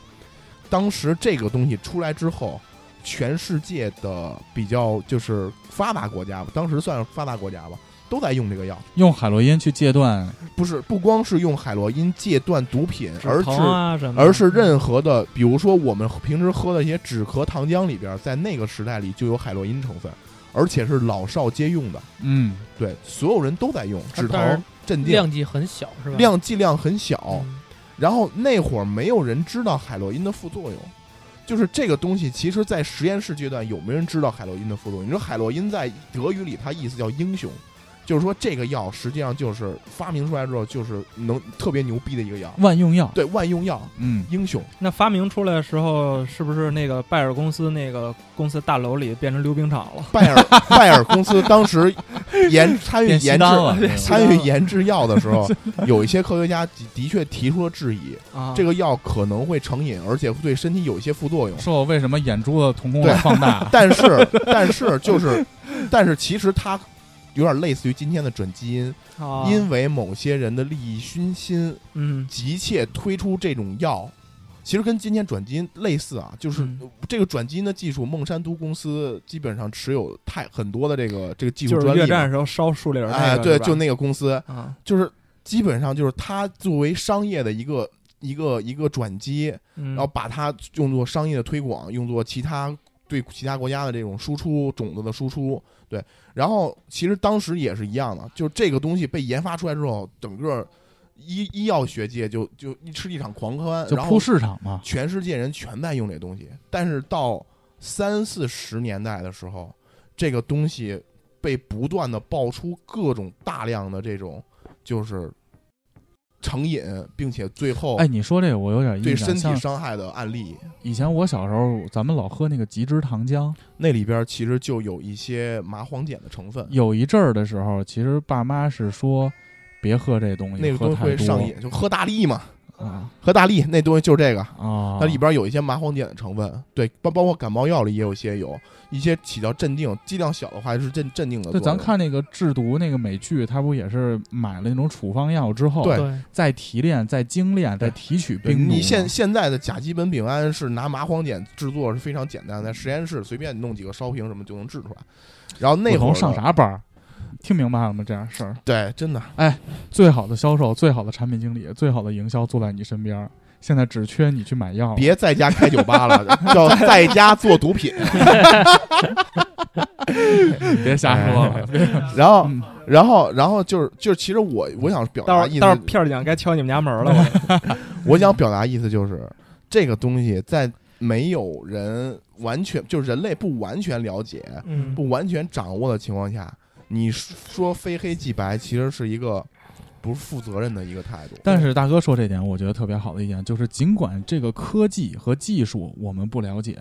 B: 当时这个东西出来之后，全世界的比较就是发达国家吧，当时算是发达国家吧，都在用这个药。
A: 用海洛因去戒断，
B: 不是不光是用海洛因戒断毒品，而
D: 止疼
B: 是
D: 啊什么的，
B: 而是任何的，比如说我们平时喝的一些止咳糖浆里边，在那个时代里就有海洛因成分，而且是老少皆用的，
A: 嗯，
B: 对，所有人都在用，止
D: 但
B: 疼
D: 是、
B: 镇定，
D: 量级很小是吧？
B: 量剂量很小。
D: 嗯
B: 然后那会儿没有人知道海洛因的副作用，就是这个东西，其实在实验室阶段有没有人知道海洛因的副作用？你说海洛因在德语里它意思叫英雄，就是说这个药实际上就是发明出来之后就是能特别牛逼的一个药，
A: 万用药，
B: 对，万用药
A: 嗯，
B: 英雄。
C: 那发明出来的时候，是不是那个拜耳公司那个公司大楼里变成溜冰场了？
B: 拜耳拜耳公司当时研 参与
A: 变西
B: 研制
A: 单了，嗯
B: 参与研制药的时候，有一些科学家的的确提出了质疑，
C: 啊，
B: 这
C: 个
B: 个药可能会成瘾，而且会对身体有一些副作用。
A: 说我为什么眼珠子瞳孔老放大？
B: 但是但是就是，但是其实它有点类似于今天的转基因，因为某些人的利益熏心，
C: 啊嗯
B: 急切推出这种药。其实跟今天转基因类似啊，就是
C: 嗯
B: 这个转基因的技术，孟山都公司基本上持有太很多的这个这个技术
C: 就是
B: 专利
C: 越
B: 嘛。
C: 战的时候烧树林儿那
B: 哎，
C: 个
B: 对，
C: 是吧
B: 就那个公司，
C: 啊，
B: 就是基本上就是它作为商业的一个一个一个转机，
C: 然
A: 嗯
B: 然后把它用作商业的推广，用作其他对其他国家的这种输出种子的输出，对。然后其实当时也是一样的，就是这个东西被研发出来之后，整个医医药学界就就是一场狂欢，
A: 就
B: 然后
A: 铺市场嘛，
B: 全世界人全在用这东西。但是到三四十年代的时候，这个东西被不断的爆出各种大量的这种就是成瘾，并且最后
A: 哎，你说这个我有点
B: 哦对
A: 印
B: 身
A: 象，
B: 体
A: 像
B: 伤害的案例。
A: 以前我小时候，咱们老喝那个极汁糖浆，
B: 那里边其实就有一些麻黄碱的成分，
A: 有一阵儿的时候，其实爸妈是说别喝这东西，
B: 那个
A: 喝
B: 东西
A: 太
B: 会
A: 多
B: 上瘾，就喝大力嘛，
A: 啊
B: 喝大力那东西就是这个，
A: 啊！
B: 它里边有一些麻黄碱的成分，对，包包括感冒药里也有一些有一些起到镇定，剂量小的话是镇镇定的作
A: 对，咱
B: 用。
A: 看那个制毒那个美剧，它不也是买了那种处方药之后，
B: 对
D: 对，
A: 再提炼、再精炼、再提取
B: 对
A: 冰毒吗。
B: 你现现在的甲基苯丙胺是拿麻黄碱制作是非常简单的，在实验室随便弄几个烧瓶什么就能制出来。然后那
A: 我
B: 会
A: 能
B: 儿
A: 上
B: 的？
A: 啥班儿？听明白了吗？这样事儿，
B: 对，真的
A: 最好的销售、最好的产品经理、最好的营销坐在你身边儿，现在只缺你去买药了。
B: 别在家开酒吧了，叫在家做毒品。
A: 别瞎说了， 别
B: 然后
A: 嗯，
B: 然后，然后就是就是，其实我我想表
C: 到
B: 达意
C: 时
B: 思
C: 候到时候片儿警该敲你们家门了，我
B: 我想表达意思就是，这个东西在没有人完全就是人类不完全了解、
D: 嗯，
B: 不完全掌握的情况下，你说非黑即白，其实是一个不是负责任的一个态度。
A: 但是大哥说这点，我觉得特别好的一点就是，尽管这个科技和技术我们不了解，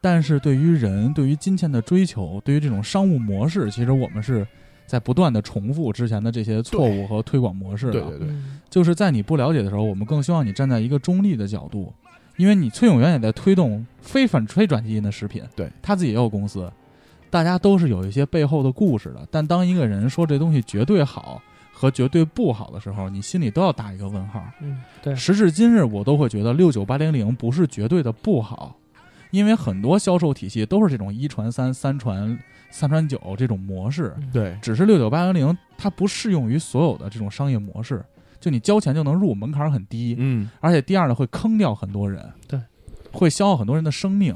A: 但是对于人、对于金钱的追求、对于这种商务模式，其实我们是在不断的重复之前的这些错误和推广模式的。啊
B: 对对对，
D: 嗯
A: 就是在你不了解的时候，我们更希望你站在一个中立的角度，因为你崔永元也在推动非反非转基因的食品，
B: 对
A: 他自己也有公司，大家都是有一些背后的故事的。但当一个人说这东西绝对好和绝对不好的时候，你心里都要打一个问号。
D: 嗯，对，
A: 时至今日，我都会觉得六九八零零不是绝对的不好，因为很多销售体系都是这种一传三、三传三传九这种模式。
D: 嗯，
B: 对
A: 只是六九八零零它不适用于所有的这种商业模式，就你交钱就能入，门槛很低，
B: 嗯，
A: 而且第二呢会坑掉很多人，
D: 对，
A: 会消耗很多人的生命。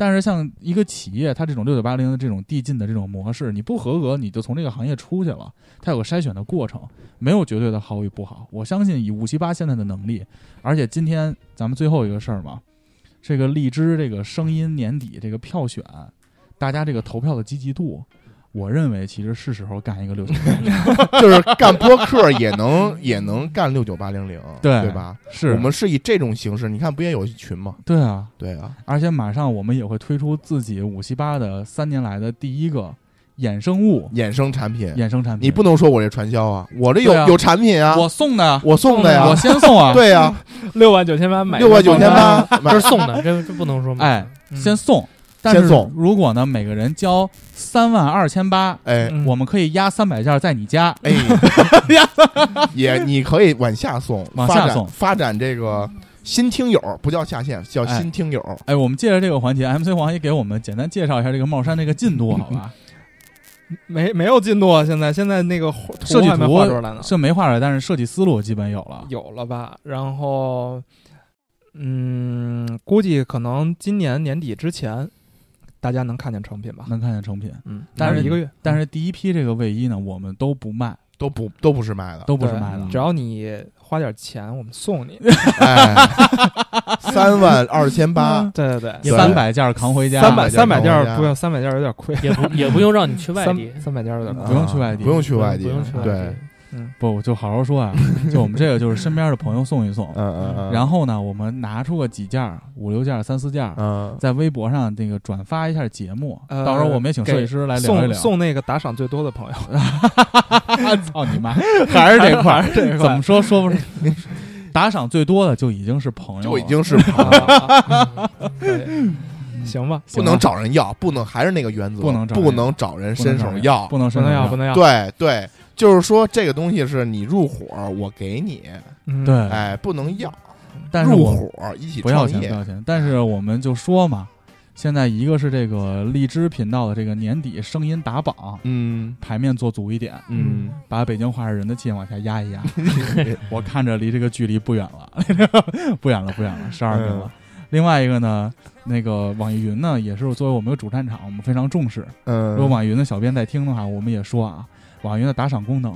A: 但是像一个企业，它这种六九八零的这种递进的这种模式，你不合格，你就从这个行业出去了。它有个筛选的过程，没有绝对的好与不好。我相信以五七八现在的能力，而且今天咱们最后一个事儿嘛，这个荔枝这个声音年底这个票选，大家这个投票的积极度，我认为其实是时候干一个六九八零。
B: 就是干播客也 能也能干六九八零零，
A: 对
B: 对吧？
A: 是
B: 我们是以这种形式，你看不也有一群吗？
A: 对啊，
B: 对啊，
A: 而且马上我们也会推出自己五七八的三年来的第一个衍生物、
B: 衍生产品，
A: 衍生产品。
B: 你不能说我这传销啊，我这有、
A: 对啊
B: 有产品啊，
A: 我
B: 我
A: 送的，嗯
B: 送的呀，
A: 我先送啊，
B: 对呀、
C: 六万九千八买
B: 六万九千八，
D: 这是送的，这这不能说嘛。
A: 哎
D: 嗯，
A: 先送。但是
B: 先送
A: 如果呢，每个人交三万二千八，
B: 哎
D: 嗯
A: 我们可以压三百件在你家。
B: 哎， 也你可以往下送，
A: 往
B: 发
A: 下
B: 展
A: 送
B: 发展这个新听友，不叫下线，叫
A: 哎
B: 新听友。
A: 哎，我们借着这个环节，MC 黄也给我们简单介绍一下这个帽山这个进度，
C: 嗯
A: 好吧？
C: 没没有进度啊！现在现在那个画
A: 设
C: 图
A: 计
C: 还没
A: 图
C: 画出来呢，
A: 是没画出来，但是设计思路基本有了。
C: 有了吧？然后，嗯，估计可能今年年底之前，大家能看见成品吧？
A: 能看见成品，
C: 嗯，
A: 但是
C: 一个月，
A: 但是第一批这个卫衣呢，我们都不卖，
B: 都不都不是卖的，
A: 都不是
C: 对嗯
A: 卖的。
C: 只要你花点钱，我们送 你。
B: 哎，三万二千八，
C: 对对对，
B: 也
A: 三百件扛回家，
C: 三百三百
B: 三百
C: 件
B: 件儿
C: 儿不要，三百件儿有点亏，
D: 也不也不用让你 去外地
C: 三，三百件儿有点亏。
A: 嗯不用去外地
B: 啊不嗯用去外地，
D: 不用去外地
B: 对，
A: 不，我就好好说啊，就我们这个就是身边的朋友送一送
B: 嗯，嗯嗯，
A: 然后呢，我们拿出个几件儿、五六件儿、三四件儿，
B: 嗯，
A: 在微博上那个转发一下节目，
C: 呃
A: 到时候我们也请设计师来聊一
C: 送
A: 聊。
C: 送那个打赏最多的朋友，
A: 操哦你妈，还是这块 儿，
C: 这块
A: 怎么说说不是？打赏最多的就已经是朋友
B: 就
A: 了，
B: 已经是
C: 对行吧？
A: 行啊
B: 不
A: 吧
B: 能找人要，不能还是那个原则，
A: 不
B: 不
A: 能找人
B: 能找人
A: 不能
B: 伸
A: 找
B: 手
A: 人
B: 要
A: 不。能
C: 不
A: 伸
C: 能
A: 手
C: 要，不能要。
B: 对对，就是说这个东西是你入伙，我给你，
C: 嗯
A: 对，
B: 哎，不能要
A: 但是
B: 入
A: 我
B: 伙一起
A: 不要
B: 创
A: 钱，不
B: 业，
A: 要钱。但是我们就说嘛，现在一个是这个荔枝频道的这个年底声音打榜
B: 嗯
A: 牌面做足一点，
B: 嗯，
A: 把北京话事人的劲往下压 一压。我看着离这个距离不远了， 不远了，不远了，十二名了。
B: 嗯
A: 另外一个呢，那个网易云呢，也是作为我们的主战场，我们非常重视。
B: 嗯，
A: 如果网易云的小编在听的话，我们也说啊，网易云的打赏功能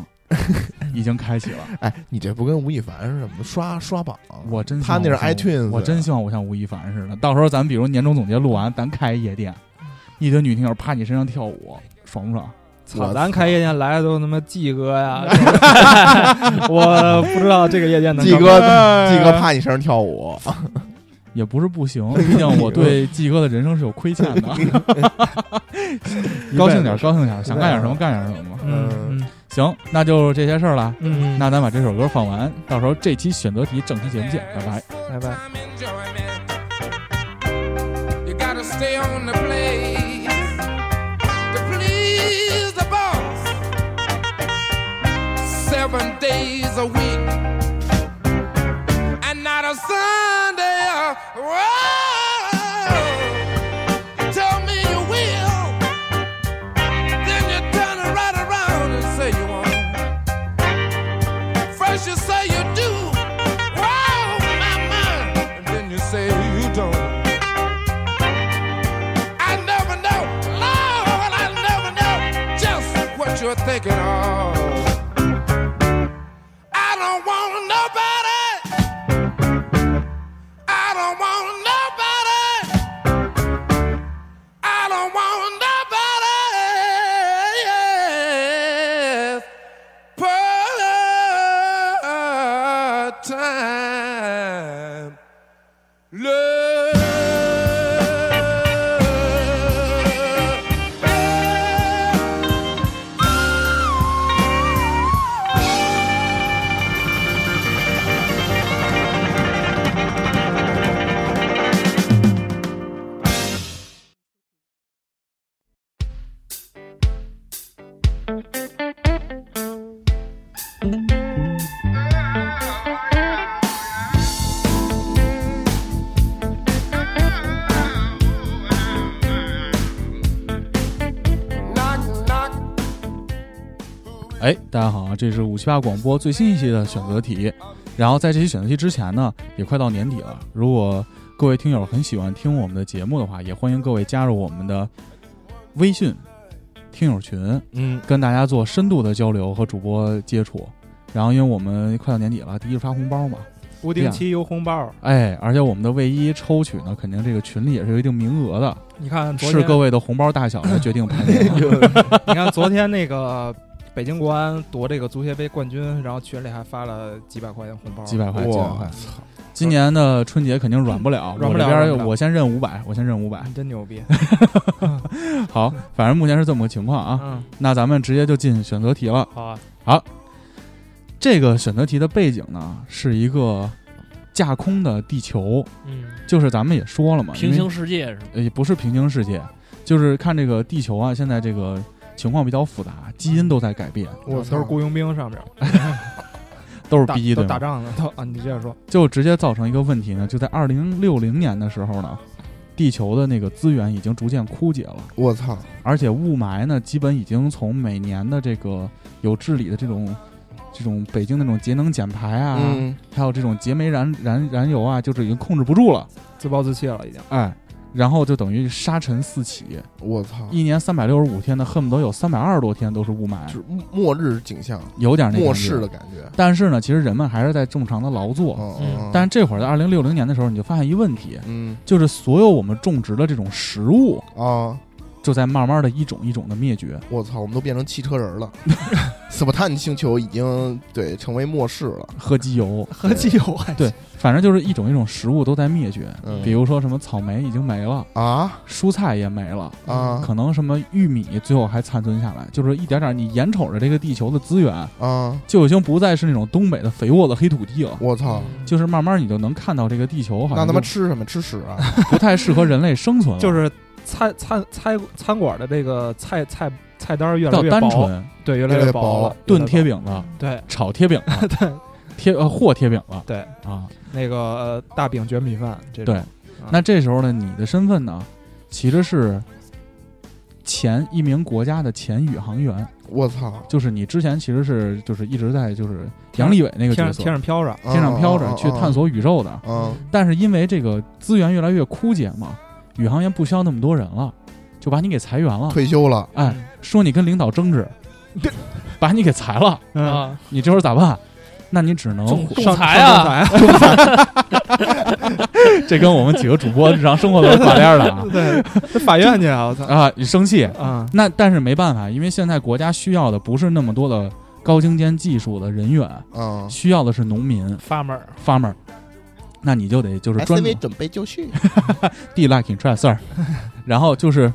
A: 已经开启 了。
B: 哎，你这不跟吴亦凡似的吗？刷刷榜，啊
A: 我真希
B: 他
A: 望
B: 那是
A: 我像
B: iTunes，
A: 我真希望我像吴亦凡似的，到时候咱们比如年终总结录完，咱开一夜店，一堆女听友趴你身上跳舞，爽不爽？
C: 操，咱开夜店来的都他妈季哥呀！ 我不知道这个夜店能
B: 季
C: 干
B: 哥，季哥怕你身上跳舞，
A: 也不是不行，毕竟我对季哥的人生是有亏欠的。
C: 嘛
A: 高兴点儿，，高兴点儿，想干点什么干点什么。
C: 嗯嗯
A: 行，那就这些事儿了。
C: 嗯，
A: 那咱把这首歌放完，到时候这期选择题正题节目见，拜拜。
C: 拜拜。
E: You gotta stay on the play to please the boss. Seven days a week and not a Sunday. off. Whoa. Tell me you will, then you turn right around and say you won't. First you say you do, whoa, my mind, and then you say you don't. I never know, Lord, I never know just what you're thinking of. I don't want nobody. I don't want nobody. I don't want nobody. Yes. Pearl.
A: 哎，大家好啊，这是五七八广播最新一期的选择题。然后在这期选择题之前呢，也快到年底了。如果各位听友很喜欢听我们的节目的话，也欢迎各位加入我们的微信听友群，
C: 嗯，
A: 跟大家做深度的交流和主播接触。然后，因为我们快到年底了，第一是发红包嘛，
C: 无定期邮红包，
A: 哎，而且我们的卫衣抽取呢，肯定这个群里也是有一定名额的，
C: 你看昨
A: 视
C: 天
A: 各位的红包大小来决定排 名。
C: 你看昨天那个北京国安夺这个足协杯冠军，然后群里还发了几百块钱红包，
A: 几百块，几百块
B: 哇。操！
A: 今年的春节肯定软不了，
C: 软不了
A: 我这
C: 软不
A: 边
C: 了
A: 我先认五 百，我先认五百。
C: 嗯你真牛
A: 啊
C: 逼，
A: 好，反正目前是这么个情况啊。
C: 嗯，
A: 那咱们直接就进选择题了。
D: 好啊，
A: 这个选择题的背景呢，是一个架空的地球，
D: 嗯，
A: 就是咱们也说了嘛，
D: 平
A: 因
D: 行
A: 为
D: 世界是吗？
A: 呃也不是平行世界，就是看这个地球啊，现在这个情况比较复杂，基因都在改变，
B: 我操
C: 都是雇佣兵上面
A: 都是
C: 打
A: 逼
C: 都
A: 对
C: 打
A: 吗？
C: 仗呢，都啊，你接着说，
A: 就直接造成一个问题呢，就在二零六零年的时候呢，地球的那个资源已经逐渐枯竭了。
B: 我操！
A: 而且雾霾呢，基本已经从每年的这个有治理的这种这种北京那种节能减排啊，
B: 嗯，
A: 还有这种节煤燃燃燃油啊，就是已经控制不住了，
C: 自暴自弃了 已经，
A: 哎，然后就等于沙尘四起，
B: 我操！
A: 一年三百六十五天呢，恨不得有三百二十多天都是雾
B: 就
A: 霾
B: 是，末日景象，
A: 有点那
B: 末
A: 感觉
B: 世的。感觉。
A: 但是呢，其实人们还是在正常的劳作。
B: 嗯
D: 嗯
B: 嗯，
A: 但是这会儿在二零六零年的时候，你就发现一问题，
B: 嗯
A: 就是所有我们种植的这种食物，
B: 啊，
A: 就在慢慢的一种一种的灭绝。
B: 我操，我们都变成汽车人 了。斯普坦星球已经对成为末世了。
A: 喝机油，
C: 合计有还
A: 对反正就是一种一种食物都在灭绝，
B: 嗯
A: 比如说什么草莓已经没了，
B: 啊
A: 蔬菜也没了，
B: 啊
A: 可能什么玉米最后还残存下来，就是一点点你眼瞅着这个地球的资源
B: 啊！
A: 就已经不再是那种东北的肥沃的黑土地了。
B: 我操！
D: 嗯
A: 就是慢慢你就能看到这个地球好
B: 那
A: 像
B: 他妈
A: 就
B: 吃什么？吃屎啊！
A: 不太适合人类生存了，
C: 就是餐餐餐餐馆的这个菜菜菜单越
A: 比
C: 来
A: 较
C: 越
A: 单
C: 薄，
A: 纯，
C: 对，越来
B: 越来越薄
C: 薄了，
A: 炖贴
C: 饼，
A: 饼了，
C: 对
A: 炒贴饼了，
C: 对
A: 贴呃和贴饼了
C: 对，嗯
A: 啊。
C: 那个呃大饼卷米饭这种，
A: 对那这时候呢，你的身份呢，其实是前一名国家的前宇航员。
B: 我操！
A: 就是你之前其实是就是一直在就是杨利伟那个
C: 天
A: 角
C: 上
A: 色
C: 天上哦飘着，
A: 天上飘着去探索宇宙的，
B: 嗯。
A: 但是因为这个资源越来越枯竭嘛，宇航员不需要那么多人了，就把你给裁员了。
B: 退休了，
A: 哎，
C: 嗯
A: 说你跟领导争执，把你给裁了，
C: 嗯，
D: 啊，
A: 你这会儿咋办？那你只能
D: 仲
A: 活
D: 仲裁
C: 上
D: 啊，
C: 台
A: 这跟我们几个主播日常生活都是挂链儿的啊
C: 对，这法院去啊！我 操
A: 啊！你生气，
C: 啊！
A: 那但是没办法，因为现在国家需要的不是那么多的高精尖技术的人员，
B: 嗯，
A: 需要的是农民
D: 发门儿
A: farmer，那你就得就是专注。
B: 准备就绪，
A: 地 like in try sir，然后就是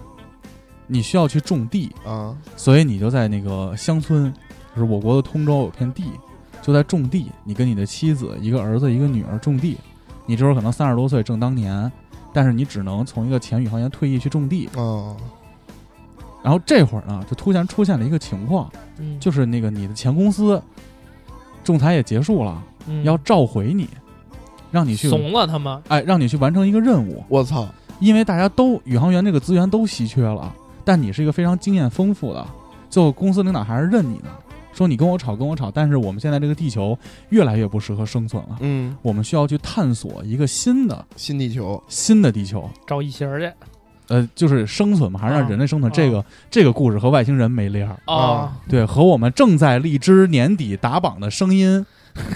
A: 你需要去种地，
B: 嗯
A: 所以你就在那个乡村，就是我国的通州有片地，就在种地。你跟你的妻子、一个儿子、一个女儿种地。你这时候可能三十多岁，正当年，但是你只能从一个前宇航员退役去种地。
B: 嗯
A: 然后这会儿呢，就突然出现了一个情况，
D: 嗯
A: 就是那个你的前公司仲裁也结束了，
D: 嗯
A: 要召回你，让你去
D: 怂了他们，
A: 哎，让你去完成一个任务。
B: 我操，
A: 因为大家都宇航员这个资源都稀缺了，但你是一个非常经验丰富的，最后公司领导还是认你的，说你跟我吵跟我吵，但是我们现在这个地球越来越不适合生存了，
B: 嗯，
A: 我们需要去探索一个新的
B: 新地球，
A: 新的地球，
D: 找一行儿去
A: 呃，就是生存嘛，还是让
D: 啊
A: 人类生存。
D: 啊
A: 这个这个故事和外星人没联儿，
B: 啊
D: 啊，
A: 对，和我们正在荔枝年底打榜的声音，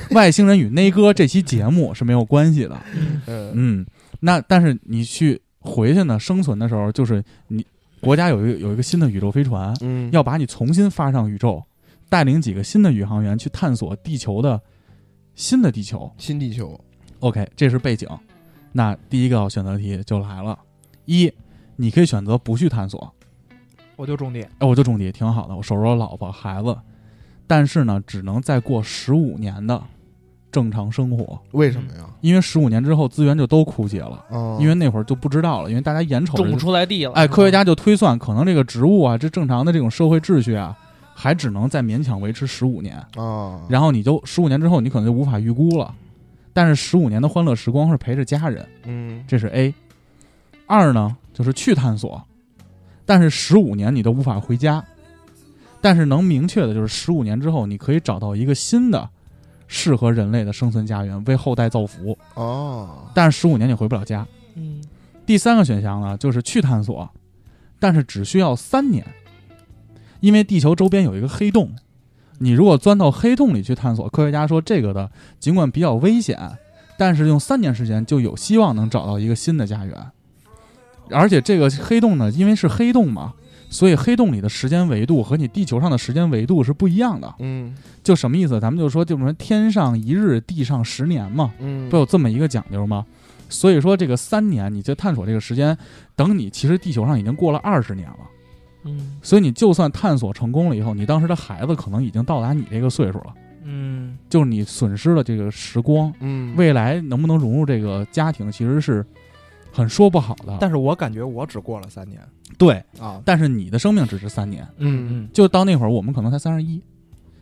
A: 外星人与内哥这期节目是没有关系的。
D: 嗯
B: 嗯
A: 嗯，那但是你去回去呢，生存的时候，就是你国家有一个有一个新的宇宙飞船，
B: 嗯，
A: 要把你重新发上宇宙，带领几个新的宇航员去探索地球的新的地球。
B: 新地球，
A: OK，这是背景。那第一个选择题就来了：一，你可以选择不去探索，
C: 我就种地，
A: 哎，我就种地挺好的，我守着我老婆孩子，但是呢，只能再过十五年的正常生活，
B: 为什么呀？
A: 因为十五年之后资源就都枯竭了。
B: 嗯，
A: 因为那会儿就不知道了，因为大家眼瞅着
D: 种不出来地了，
A: 哎，科学家就推算，可能这个植物啊，这正常的这种社会秩序啊，还只能再勉强维持十五年。
B: 啊，
A: 然后你就十五年之后，你可能就无法预估了。但是十五年的欢乐时光是陪着家人，
B: 嗯，
A: 这是 A。二呢，就是去探索，但是十五年你都无法回家。但是能明确的就是，十五年之后，你可以找到一个新的适合人类的生存家园，为后代造福。
B: 哦，
A: 但是十五年你回不了家。
D: 嗯，
A: 第三个选项呢，就是去探索，但是只需要三年，因为地球周边有一个黑洞，你如果钻到黑洞里去探索，科学家说这个的尽管比较危险，但是用三年时间就有希望能找到一个新的家园。而且这个黑洞呢，因为是黑洞嘛，所以黑洞里的时间维度和你地球上的时间维度是不一样的。
B: 嗯
A: 就什么意思？咱们就说，就什么天上一日，地上十年嘛。
B: 嗯
A: 不有这么一个讲究吗？所以说这个三年，你这探索这个时间，等你其实地球上已经过了二十年了，
D: 嗯
A: 所以你就算探索成功了以后，你当时的孩子可能已经到达你这个岁数了，
D: 嗯
A: 就是你损失了这个时光，
B: 嗯，
A: 未来能不能融入这个家庭，其实是很说不好的。
C: 但是我感觉我只过了三年
A: 对，
C: 啊，
A: 但是你的生命只是三年，
C: 嗯
A: 就到那会儿我们可能才三十一，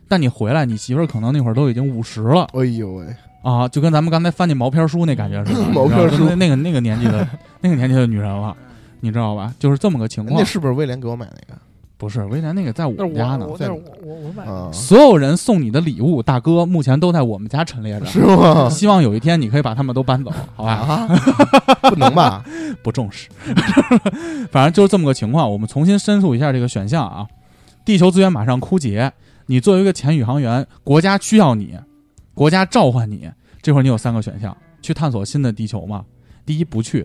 A: 但你回来，你媳妇儿可能那会儿都已经五十了。
B: 哎呦喂，
A: 啊，就跟咱们刚才翻那毛片书那感觉 似的，
B: 毛片
A: 你知道
B: 书
A: 就
B: 嗯
A: 那那个那个年纪 的那个年纪的女人了，你知道吧？就是这么个情况
B: 那。是不是威廉给我买那个
A: 不是威廉那个在我
D: 那
A: 们
D: 是
A: 家
D: 我
A: 呢，
D: 我那
B: 在
D: 是我我我买的，
B: 啊？
A: 所有人送你的礼物，大哥目前都在我们家陈列着。
B: 是啊吗？
A: 希望有一天你可以把他们都搬走，好吧？
B: 啊， 不能吧？
A: 不重视， 反正就是这么个情况。我们重新申诉一下这个选项啊，地球资源马上枯竭，你作为一个前宇航员，国家需要你，国家召唤你，这会儿你有三个选项，去探索新的地球嘛？第一，不去，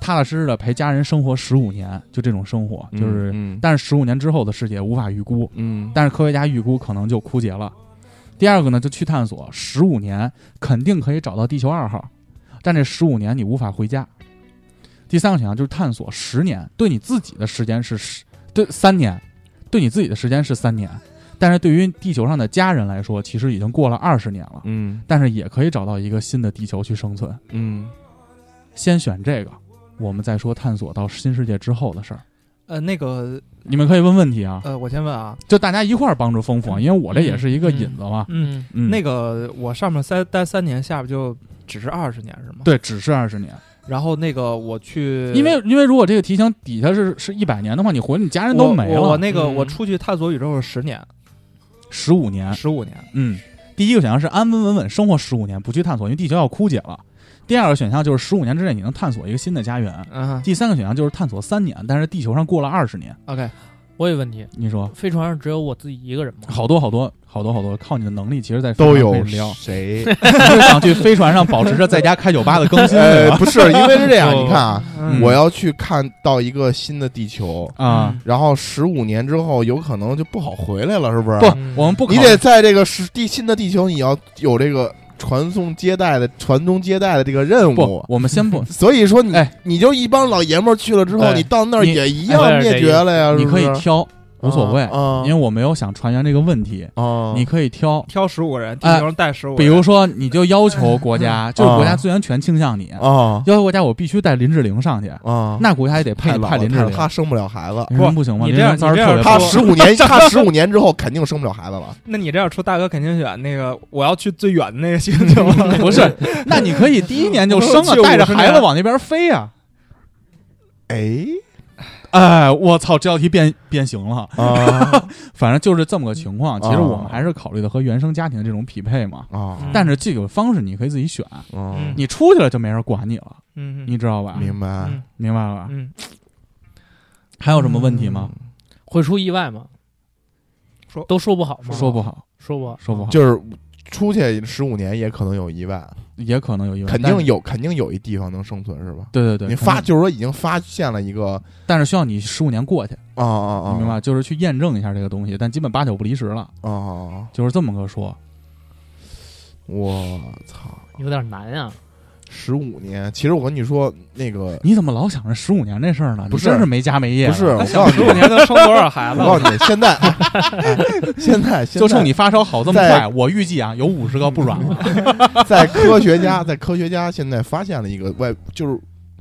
A: 踏踏实实的陪家人生活十五年，就这种生活，就是，
B: 嗯
A: 但是十五年之后的世界无法预估，
B: 嗯
A: 但是科学家预估可能就枯竭了。第二个呢，就去探索，十五年肯定可以找到地球二号，但这十五年你无法回家。第三个选项就是探索十年，对你自己的时间是十对三年，对你自己的时间是三年，但是对于地球上的家人来说，其实已经过了二十年了，
B: 嗯
A: 但是也可以找到一个新的地球去生存。
B: 嗯，
A: 先选这个，我们再说探索到新世界之后的事儿。
C: 呃，那个
A: 你们可以问问题啊，
C: 呃，我先问啊，
A: 就大家一块儿帮助丰富啊，因为我这也是一个引子嘛。
D: 嗯
A: 嗯，
C: 那个我上面三待三年，下边就只是二十年是吗？。
A: 对，只是二十年，
C: 然后那个我去，
A: 因为因为如果这个题型底下是是一百年的话，你回你家人都
C: 我
A: 没
C: 我我
A: 了，
C: 那个
D: 嗯
C: 我出去探索宇宙是十年，
A: 十五年，
C: 十五年。
A: 嗯，第一个选项是安安稳稳生活十五年，不去探索，因为地球要枯竭了。第二个选项就是十五年之内你能探索一个新的家园。
C: 嗯
A: 第三个选项就是探索三年，但是地球上过了二十年。
C: ，OK，
D: 我有问题，
A: 你说
D: 飞船上只有我自己一个人吗？
A: 好多好多好多好多，靠你的能力，其实在
B: 都
A: 飞
B: 有
A: 船上可以聊。
B: 谁？
A: 你就 想去飞船上保持着在家开酒吧的 更新对
B: 呃，
A: 吧
B: 不是，因为是这样，
D: 哦
B: 你看啊，
A: 嗯
B: 我要嗯去看到一个新的地球，
A: 啊？
B: 然后十五年之后有可能就不好回来了，是不是？
A: 不
D: 嗯，
A: 我们不考
B: 你得在这个是地新的地球，你要有这个传送接待的传宗接代的这个任
A: 不
B: 务，。
A: 我们先 不
B: 所以说你
A: 哎
B: 你就一帮老爷们儿去了之后，
A: 哎
B: 你到那儿
A: 你
B: 也一
D: 哎
B: 样
D: 我也是
B: 灭绝了呀，
A: 你
B: 是不
A: 可
B: 是
A: 以挑，无所谓，
B: 啊，
A: 因为我没有想船员这个问题，
B: 啊，
A: 你可以挑。
C: 挑十五个人，地
A: 哎
C: 球上带十五。
A: 比如，说，你就要求国家，就是国家资源全倾向你，
B: 啊
A: 要求国家我必须带林志玲上去，
B: 啊，
A: 那国家也得配
B: 太
A: 你
B: 老
A: 派
B: 了
A: 林志
B: 太
A: 玲，
B: 他生不了 孩子，
A: 林志玲
C: 不
A: 不行吗？
C: 你
A: 林
C: 这
A: 志玲脏儿特
C: 样你这
A: 别
C: 样
A: 多
B: 他
C: 说
B: 十五年，他十五年之后肯定生不了孩子了。
C: 那你这样出大哥肯定选那个，我要去最远的那个星球。
A: 不是，那你可以第一年就生啊，
C: 去
A: 带着
C: 50
A: 孩子
C: 年
A: 往那边飞啊。
B: 哎
A: 哎，我操，这道题变变形了。
B: 啊
A: 反正就是这么个情况。其实
B: 哦
A: 我们还是考虑的和原生家庭的这种匹配嘛。
C: 嗯
B: 啊
A: 但是这个方式你可以自己选，
B: 啊，
A: 你出去了就没人管你了，
C: 嗯，
A: 你知啊道吧？
B: 明白
C: 嗯
A: 明白了吧？
C: 嗯，
A: 还有什么问题吗？
B: 嗯
D: 会出意外吗？
C: 说
D: 都说不好吗？
A: 说不好，
D: 说不好，
A: 说不好，
B: 就是出去十五年也可能有意外，
A: 也可能有意外，
B: 肯
A: 但
B: 定
A: 是。
B: 有，肯定有一地方能生存，是吧？
A: 对对对，
B: 你
A: 肯
B: 发
A: 定
B: 就是说已经发现了一个
A: 但是需要你十五年过去，
B: 啊啊啊，
A: 你明白？就是去验证一下这个东西，但基本八九不离十了，
B: 啊啊！啊
A: 就是这么个说。
B: 我操，
D: 有点难啊呀、
B: 十五年！其实我跟你说，那个
A: 你怎么老想着十五年这事儿呢？
B: 不是
A: 你真是没家没业，啊
B: 不是，我告
C: 想
B: 诉
C: 十五
B: 你，
C: 年能生多少孩
B: 我
C: 子？
B: 告诉你，现在，哎哎现在，现在
A: 就冲你发烧好这么
B: 在
A: 快，我预计啊，有五十个不软 了。
B: 在科学家， 在科学家现在发现了一个外，就是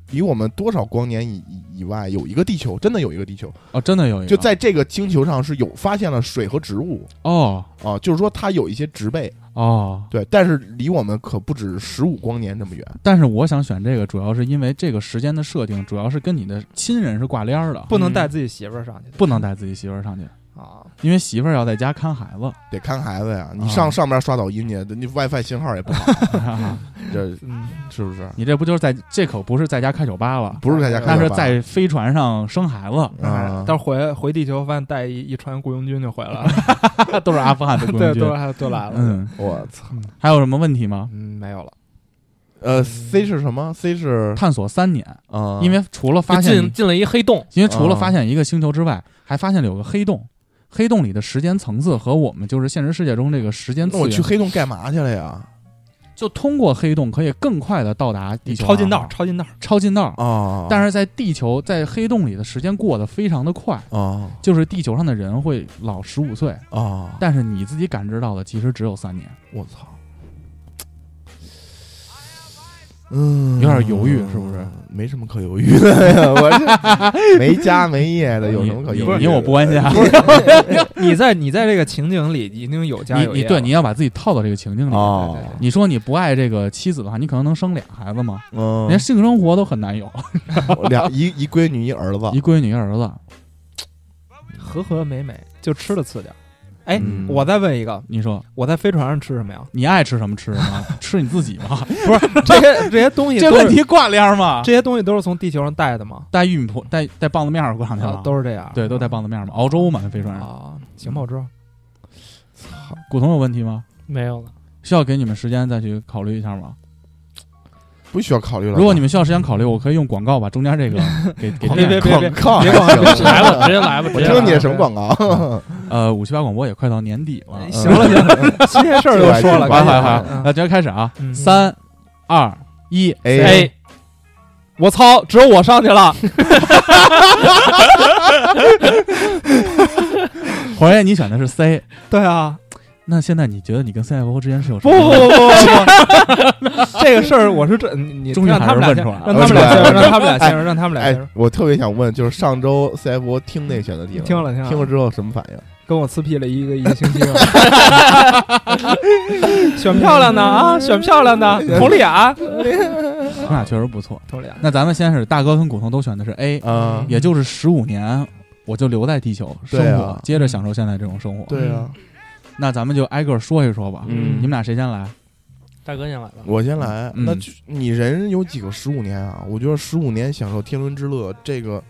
B: 离我们多少光年以以以外有一个地球，真的有一个地球，
A: 哦，真的有一个，
B: 就在这个星球上是有发现了水和植物
A: 哦
B: 啊，就是说它有一些植被，
A: 哦。
B: 对，但是离我们可不止十五光年这么远。
A: 但是我想选这个，主要是因为这个时间的设定，主要是跟你的亲人是挂链儿的，嗯
C: 不能带自己媳妇儿上去。
A: 不能带自己媳妇儿上去。
C: 啊，
A: 因为媳妇儿要在家看孩子，
B: 得看孩子呀。你
A: 啊
B: 上上面刷抖音去，那 WiFi 信号也不好，这
A: 啊
C: 嗯，
B: 是不是？
A: 你这不就是在这可不是在家开酒吧了，
B: 不是在家
A: 那
B: 看
A: 是
B: 酒吧，
A: 在飞船上生孩子，
B: 啊，
C: 但是回回地球发现带一一船雇佣军就回来 了，
A: 都是阿富汗 的国
C: 对，
A: 军
C: 都。来都来了，
A: 嗯，
B: 我操，
A: 还有什么问题吗？
C: 嗯，没有了，
B: 呃，C 是什么？C 是
A: 探索三年，
B: 啊，
A: 因为除了发
D: 进
A: 现，
D: 进了一黑洞，
A: 因为除了
B: 啊
A: 发现一个星球之外，还发现了有个黑洞，黑洞里的时间层次和我们就是现实世界中这个时间次
B: 那我去
A: 元，
B: 黑洞干嘛去了呀？
A: 就通过黑洞可以更快的到达地球
C: 超近
A: 上
C: 道，超近道，
A: 超近道。
B: 啊，
A: 但
B: 是
A: 是在地球，在黑洞里的时间过得非常的快，
B: 啊
A: 就是地球上的人会老十五岁，
B: 啊，
A: 但是你自己感知到的其实只有三年，
B: 我操，嗯，
A: 有点犹豫是不是？
B: 没什么可犹豫的呀，我 这没家没业的，呃有什么可
A: 你
B: 犹豫的？
A: 你我不关心啊，
C: 你在你在这个情景里已经有家
A: 你
C: 有
A: 你
C: 业
A: 对
C: 了
A: 你要把自己套到这个情境里。
B: 哦，
A: 你说你不爱这个妻子的话，你可能能生俩孩子吗？
B: 嗯
A: 连，性生活都很难有，
B: 我俩一一闺女一儿子
A: 一，闺女一儿子。
C: 和和美美，就吃的次点儿。哎，
A: 嗯
C: 我再问一个，
A: 你说
C: 我在飞船上吃 什么呀？
A: 你爱吃什么吃什么，吃你自己吧。
C: 不是这些这些东 西
A: 这
C: 都
A: 问
C: 是
A: 题挂帘儿吗？
C: 这些东西都是从地球上带的吗？
A: 带玉米糍，带带棒子面儿过上去
C: 啊
A: 了，，
C: 都是这样，
A: 对，都带棒子面儿嘛，熬粥嘛，飞船上。
C: 啊。行吧，我 知道。
A: 古潼有问题吗？
D: 没有了。
A: 需要给你们时间再去考虑一下吗？
B: 不需要考虑了吧。
A: 如果你们需要时间考虑，我可以用广告把中间这个给给
C: 别别
A: 给
C: 别别
B: 广告
C: 别广告
B: 还行
D: 来吧，直接来吧，
B: 我
D: 直接
B: 听你
D: 来吧。
B: 是什么 广告？
A: 呃，五七八广播也快到年底了，
C: 行了 行了，新鲜事儿又说了，
A: 好
C: 赶紧
B: 完了
A: 好
B: 完
A: 好
B: 了，
C: 嗯
A: 那直接开始啊！
C: 嗯
A: 三、二、一，
B: 哎，
D: 哎，
C: 我操，只有我上 去了。
A: 火焰，你选的是 C。
C: 对 啊，
A: 那现在你觉得你跟 CFO 之间是有什
C: 不
A: 么
C: 不不不不不， 这个事儿我是这，你你
A: 终于
C: 让他们俩
A: 还是
C: 先，
A: 问出来了
C: 让他们俩先，
B: 我知
C: 让他们俩
B: 道
C: 先，让他们俩
B: 哎
C: 先，，
B: 我特别想问，就是上周 CFO 听那选择题
C: 听了听
B: 听
C: 了
B: 了之后什么反应？
C: 跟我呲屁了一个一个星期了。 选漂亮的啊，选漂亮的，佟丽娅，
A: 他们俩确实不错。
C: 佟丽娅，
A: 那咱们先是大哥跟古潼都选的是 A，
B: 啊，
A: 也就是十五年我就留在地球生
B: 对啊
A: 活，接着享受现在这种生活。
B: 对啊，
A: 那咱们就挨个说一说吧。
B: 嗯
A: 你们俩谁先来？
D: 大哥先来吧。
B: 我先来，
A: 嗯
B: 那就你人有几个十五年啊？我觉得十五年享受天伦之乐，这个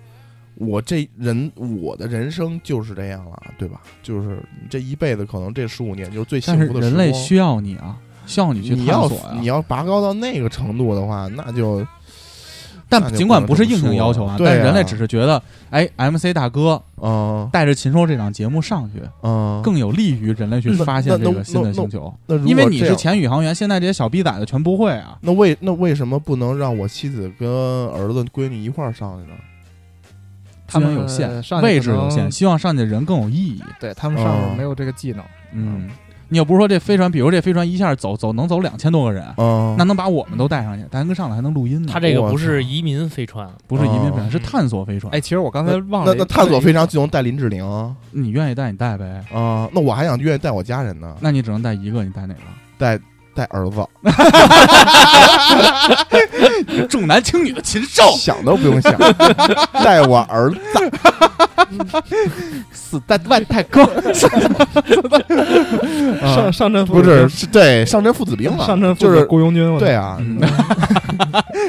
B: 我这人我的人生就是这样了，对吧？就是这一辈子可能这十五年就是最幸
A: 但是
B: 福的时
A: 人类
B: 光。
A: 需要你啊，需要你去探
B: 你要
A: 索
B: 你
A: 呀。
B: 要拔高到那个程度的话，那就那
A: 但
B: 就
A: 尽管
B: 不
A: 不
B: 能这
A: 是
B: 么
A: 硬性
B: 说
A: 要求啊，
B: 对
A: 但
B: 啊
A: 人类只是觉得，哎，MC 大哥
B: 嗯
A: 带着《禽兽》这档节目上去，
B: 嗯，
A: 更有利于人类去
B: 那
A: 发现
B: 那
A: 这
B: 那
A: 个新的
B: 那
A: 星球。
B: 那如
A: 因为
B: 果
A: 你
B: 这
A: 是
B: 样
A: 前宇航员，现在这些小逼崽子全不会啊。
B: 那为那为什么不能让我妻子跟儿子闺女一块儿上去呢？
A: 资源有限，
C: 上去
A: 位
C: 可
A: 置有
C: 能
A: 限，希望上去的人更有意义。
C: 对他们上
B: 哦
C: 面没有这个技能，
A: 嗯，你又不是说这飞船，比如这飞船一下走走能走两千多个人，
B: 嗯，
A: 那能把我们都带上去，咱跟上来还能录音呢。嗯
D: 他这个
B: 我
D: 不
B: 操
D: 是移民飞船，
A: 不是移民飞船，
D: 哦
A: 是探索飞船。
C: 哎，，其实我刚才忘
B: 那
C: 了
B: 那探索非常
C: 久。
B: 就能带林志玲啊、
A: 你愿意带你带呗，
B: 啊那我还想愿意带我家人呢，
A: 那你只能带一个，你带哪个？
B: 带带儿子，
A: 重男轻女的禽兽，
B: 想都不用想，带我儿子，
A: 死在外太空。
C: 上上阵
B: 啊不是是对上阵父子兵了，
C: 上阵
B: 就是
C: 雇佣军，我
B: 对啊，
A: 嗯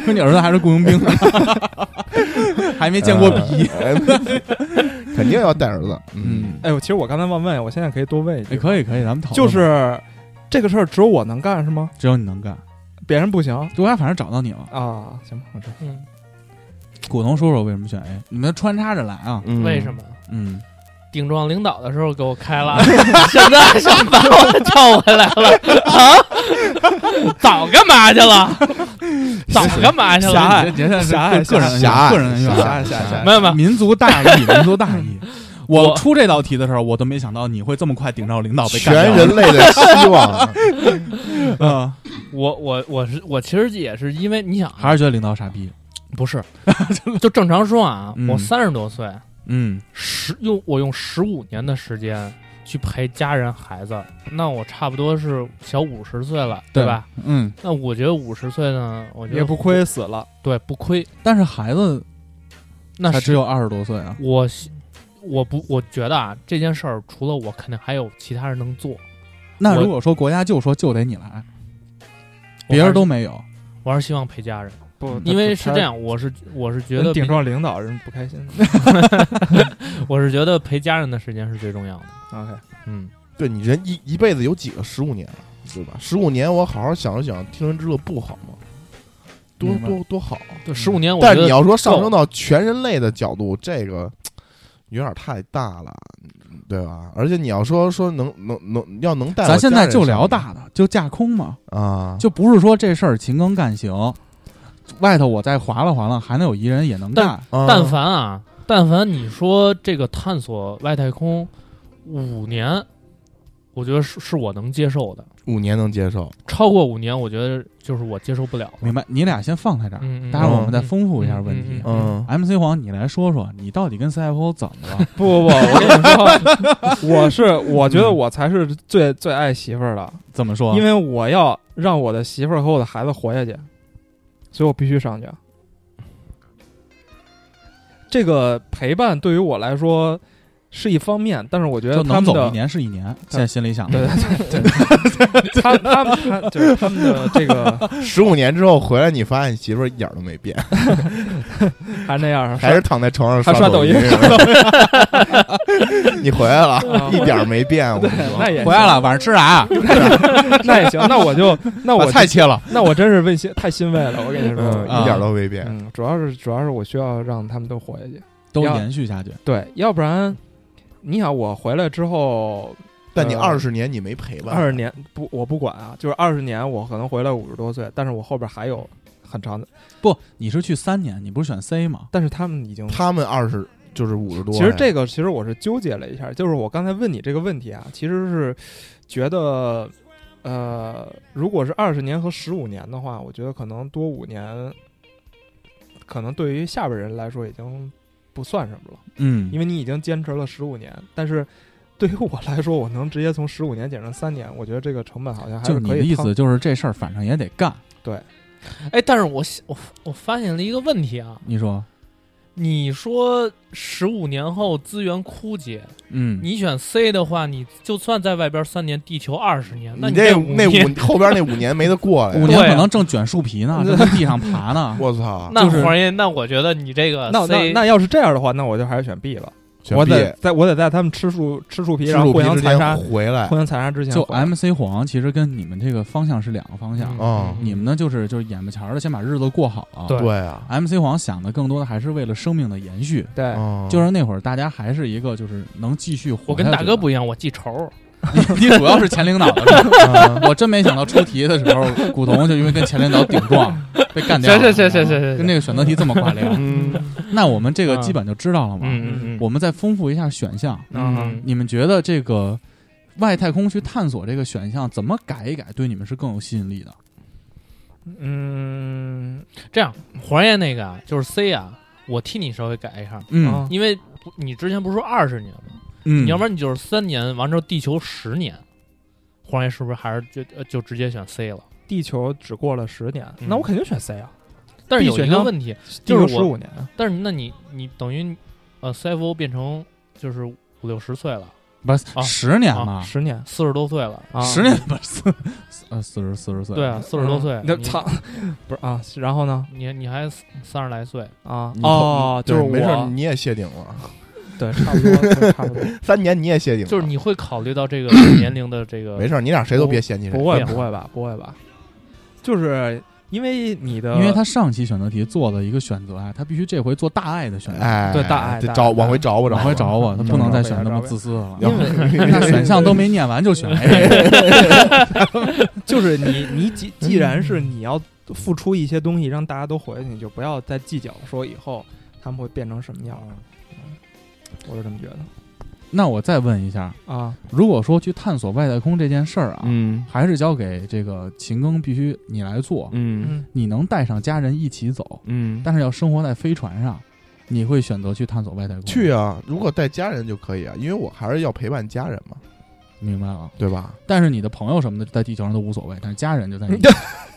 A: 说你儿子还是雇佣兵 呢，还没见过笔。
B: 呃，肯定要带儿子，
A: 嗯，
C: 哎，我其实我刚才忘问，我现在可以多问一
A: 哎，
C: 句，
A: 可以可以，咱们讨论吧。
C: 就是这个事儿只有我能干是吗？
A: 只有你能干，
C: 别人不行
A: 我俩反正找到你了。
C: 啊？行吧，我知道。
D: 嗯，
A: 古潼说说为什么选 A，你们穿插着来啊。
B: 嗯
D: 为什？么？
A: 嗯，
D: 顶撞领导的时候给我开了，现在想把我叫回来了啊？早干嘛去了？早干嘛去
C: 狭
D: 了？
C: 隘
A: 你这你这
C: 狭隘
A: 个人恩怨
B: 狭隘
A: 个人恩怨，
B: 狭
C: 隘狭隘狭隘
D: 没有没有，
A: 民族大义，民族大 义。我
D: 我
A: 出这道题的时候，我都没想到你会这么快顶到领导被干
B: 全人类的希望，啊
A: 类啊，
D: 我我我是我其实也是因为你想啊，
A: 还是觉得领导傻逼。
D: 不是就正常说啊
A: 嗯，
D: 我三十多岁，
A: 嗯，
D: 十用我用十五年的时间去陪家人孩子，那我差不多是小五十岁了，对吧？？
A: 嗯，
D: 那我觉得五十岁呢，我觉得
C: 也不亏死了，
D: 对不亏。
A: 但是孩子
D: 那
A: 才
D: 是
A: 只有二十多岁啊。
D: 我希我不，我觉得啊，这件事儿除了我，肯定还有其他人能做。
A: 那
D: 我
A: 如果说国家就说就得你来，
D: 我
A: 别
D: 还
A: 人
D: 是
A: 都没有，
D: 我还是希望陪家人，
C: 不，
D: 因为是
C: 他
D: 这，样，我是我是觉
C: 人
D: 得
C: 顶
D: 陪
C: 撞领导人不开 心。
D: 我是觉得陪家人的时间是最重要的。
C: OK，
D: 嗯，
B: 对你人一一辈子有几个十五年啊，对吧？十五年我好好想一想，听人之乐不好吗？多
A: 明白
B: 多多好啊！
A: 嗯
D: 对，十五年，我觉
B: 但是
D: 得
B: 你要说上升到全人类的角度，这个有点太大了，对吧？而且你要说说能能能要能带我家
A: 咱
B: 人
A: 现
B: 上面，
A: 在就聊大的，就架空嘛，
B: 啊，
A: 就不是说这事儿勤耕干行，外头我再划拉划拉，还能有一人也能干。
B: 啊
D: 但凡啊，但凡你说这个探索外太空五年，我觉得是是我能接受的，
B: 五年能接受，
D: 超过五年，我觉得就是我接受不了了。
A: 明白？你俩先放在这儿，
D: 嗯，嗯，
A: 待会儿我们再
D: 嗯
A: 丰富一下问题。
B: 嗯，
A: MC 黄，你来说说，你到底跟 CFO 怎么 了？
C: 不不不，
D: 嗯
C: 我 跟你说，我是我觉得我才是最最爱媳妇儿的，
A: 怎么说？
C: 因为我要让我的媳妇儿和我的孩子活下去，所以我必须上去。这个陪伴对于我来说是一方面，但是我觉得
A: 就
C: 他
A: 能
C: 们
A: 走一
C: 的
A: 年是一年，现在心里想，
C: 对对对对，他他们他就是他们的这个
B: 十五年之后回来，你发现你媳妇儿一点儿都没变，
C: 还是那样，
B: 还是躺在床上
C: 还刷抖
B: 抖
C: 音
B: 你回来
C: 啊
B: 了，一点儿没变，我
C: 对
B: 跟你，
C: 那
B: 说。
C: 也
A: 回来了，晚上吃啥？啊
C: 那也行，那我就那我
B: 把 菜切了，
C: 那我真是问心太欣慰了，我跟你
B: 嗯，
C: 说，
B: 一点儿都没变。
C: 嗯，主要是主要是我需要让他们都活下去，
A: 都
C: 要
A: 延续下去。
C: 对，要不然你想我回来之后
B: 但你
C: 呃
B: 二十年你没陪伴，
C: 二十年不我不管啊，就是二十年我可能回来五十多岁，但是我后边还有很长的，
A: 不，你是去三年，你不是选 C 吗？
C: 但是他们已经
B: 他们二十就是五十多呀。
C: 其实这个，其实我是纠结了一下，就是我刚才问你这个问题啊，其实是觉得，呃，如果是二十年和十五年的话，我觉得可能多五年，可能对于下边人来说已经不算什么了，
A: 嗯，
C: 因为你已经坚持了十五年。但是对于我来说，我能直接从十五年减成三年，我觉得这个成本好像还
A: 就是你的
C: 可
A: 意
C: 以趟
A: 思，就是这事儿反正也得干。
D: 哎，但是我想我我发现了一个问题啊，
A: 你说，
D: 你说十五年后资源枯竭，
A: 嗯，
D: 你选 C 的话，你就算在外边三年，地球二十年，那
B: 你
D: 这
B: 这那
D: 年，
B: 五后边那五年没得过了呀。
A: 五年
D: 对啊
A: 可能正卷树皮 呢，正在地上爬呢。
B: 我操！
D: 那
A: 就是
D: 黄爷，那我觉得你这个
C: 那那
D: C
C: 那要是这样的话，那我就还是选 B 了。
B: 选
C: 我
B: B
C: 得在我得在他们吃树吃树皮，
B: 吃
C: 然后
B: 树
C: 互
B: 皮
C: 相
B: 之
C: 残
B: 前
C: 杀，
B: 回来
C: 互相残杀之前
A: 就
C: 回来
A: MC 黄其实跟你们这个方向是两个方
C: 嗯
A: 向，
B: 哦
A: 嗯你们呢就是就是眼巴前儿的先把日子过好啊。
D: 对
B: 对啊，
A: MC 黄想的更多的还是为了生命的延续，
C: 对。
B: 嗯
A: 就是那会儿大家还是一个就是能继续活。
D: 我跟大哥不，一样，我记
A: 啊
D: 仇。
A: 你主要是前领导的事儿。
B: 啊
A: 我真没想到出题的时候，古潼就因为跟前领导顶撞被干掉了。
D: 是是是是是是
A: 跟那个选择题这么挂 梁。
B: 嗯，
A: 那我们这个基本就知道了嘛。
D: 嗯嗯嗯，
A: 我们再丰富一下选项，
D: 嗯
A: 你们觉得这个外太空去探索这个选项怎么改一改，对你们是更有吸引力的？
C: 嗯，
D: 这样，黄爷那个啊就是 C 啊，我替你稍微改一下，
A: 嗯，
C: 啊
D: 因为不你之前不是说二十年吗？
A: 嗯
D: 哦你要不然你就是三年，完之后地球十年，黄爷是不是还是就呃就直接选 C 了？
C: 地球只过了十年，
D: 嗯
C: 那我肯定选 C 啊。
D: 但是
C: B
D: 有一
C: 选
D: 个
C: 项
D: 问题，啊
C: 地
D: 就是
C: 球
D: 我
C: 十五年，
D: 但是那你你等于呃 CFO 变成就是五六十岁了，
A: 不是
D: 啊
A: 十年了，
C: 十年
D: 四十多岁了，
C: 啊，
A: 十年不是四四呃四十四十岁，
D: 哦对啊，四十多岁，
C: 嗯那
D: 你
C: 操， 不是啊，然后呢
D: 你你还三十来岁，
C: 啊
B: 你
C: 哦，
B: 对
C: 就是
B: 没事儿，
C: 我
B: 你也谢顶了，
C: 对，差不多对差不多，
B: 三年你也谢顶了，
D: 就是你会考虑到这个年龄的这个
B: 没事儿，你俩谁都别嫌弃谁
C: 不。会
D: 对啊
C: 不会吧不会吧，就是因为你的，
A: 因
B: 呃
A: 为他上期选择题做的一个选择啊，他必须这回做大爱的选择，
B: 哎，
C: 对大爱
B: 得
C: 大爱大
B: 找
C: 爱
B: 往回找我，
A: 往回找我，他不能再
C: 找
A: 选
C: 呗
A: 那么
C: 找呗
A: 自私的了。
B: 因为
A: 那 选项都没念完就选 A，
C: 就是你你既既然是你要付出一些东西让大家都活下去，你就不要再计较说以后他们会变成什么样了，嗯我是这么觉得
A: 那我再问一下，
C: 啊，
A: 如果说去探索外太空这件事儿啊，
B: 嗯
A: 还是交给这个秦庚必须你来做，
B: 嗯
C: 嗯
A: 你能带上家人一起走，
B: 嗯，
A: 但是要生活在飞船上，你会选择去探索外太空？
B: 去，啊，如果带家人就可以啊，因为我还是要陪伴家人嘛，
A: 明白了。
B: 对吧？
A: 但是你的朋友什么的在地球上都无所谓，但是家人就 在你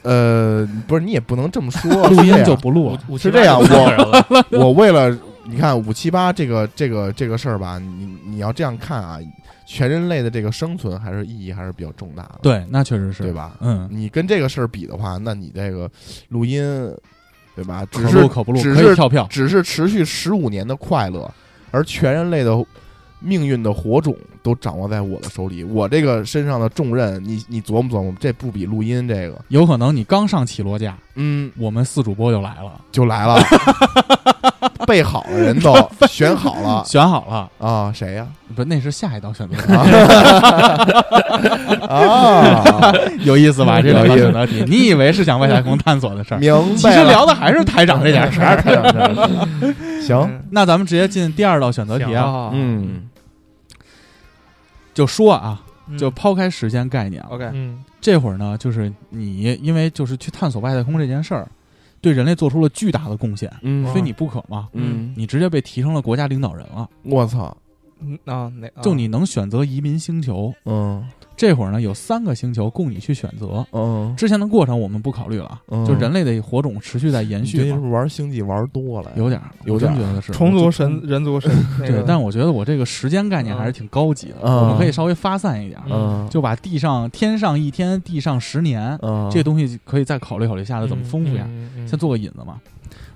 B: 呃，不是，你也不能这么 说，
A: 录
B: 是
A: 音
B: 这样
A: 就不录了。
D: 五五
B: 是这样
D: 七八十
B: 我
D: 个人了
B: 我为了你看五七八这个这个这个事儿吧，你你要这样看啊，全人类的这个生存还是意义还是比较重大的，
A: 对，那确实是
B: 对？吧？
A: 嗯，
B: 你跟这个事儿比的话，那你这个录音，对吧？只
A: 可
B: 是
A: 录可不录，
B: 只
A: 可以
B: 是
A: 跳票，
B: 只是持续十五年的快乐，而全人类的命运的火种都掌握在我的手里，我这个身上的重任，你你琢磨琢磨，这不比录音这个，
A: 有可能你刚上起落架，
B: 嗯，
A: 我们四主播就来了，
B: 就 来了，备好了人都选好了
A: 选好了，
B: 啊，谁呀、
A: 不，那是下一道选择题，
B: 啊，
A: 有意思吧？这两道
B: 有意思
A: 选择题，你以为是想外太空探索的事儿，
B: 明
A: 其
B: 白
A: 实
B: 了。
A: 聊的还是台长这点 事儿。
B: 行，
A: 那咱们直接进第二道选择题
D: 行
A: 啊，
C: 啊，
B: 嗯，
A: 就说啊，
D: 嗯
A: 就抛开时间概念啊，
C: ，OK，
D: 嗯
A: 这会儿呢，就是你因为就是去探索外太空这件事儿，对人类做出了巨大的贡献，
B: 嗯
A: 非你不可嘛。
B: 嗯，啊
A: 你直接被提升了国家领导人了，
B: 我操，
C: 嗯啊，哪啊
A: 就你能选择移民星球。
B: 嗯
A: 这会儿呢，有三个星球供你去选择。
B: 嗯，
A: 之前的过程我们不考虑了啊，
B: 嗯
A: 就人类的火种持续在延
B: 你最
A: 续
B: 近是
A: 嘛，
B: 不是玩星际玩多了呀？
A: 有点儿，
B: 有
A: 我
B: 点
A: 真
B: 儿
A: 觉得是
C: 虫族
A: 我
C: 神人族神，那
A: 对
C: 个，
A: 但我觉得我这个时间概念还是挺高级的，
B: 嗯
A: 我们可以稍微发散一点儿，
B: 嗯，
A: 就把地上天上一天，地上十年，
B: 嗯
A: 这东西可以再考虑考虑下次怎么丰富呀，
D: 嗯嗯嗯
A: 先做个引子嘛。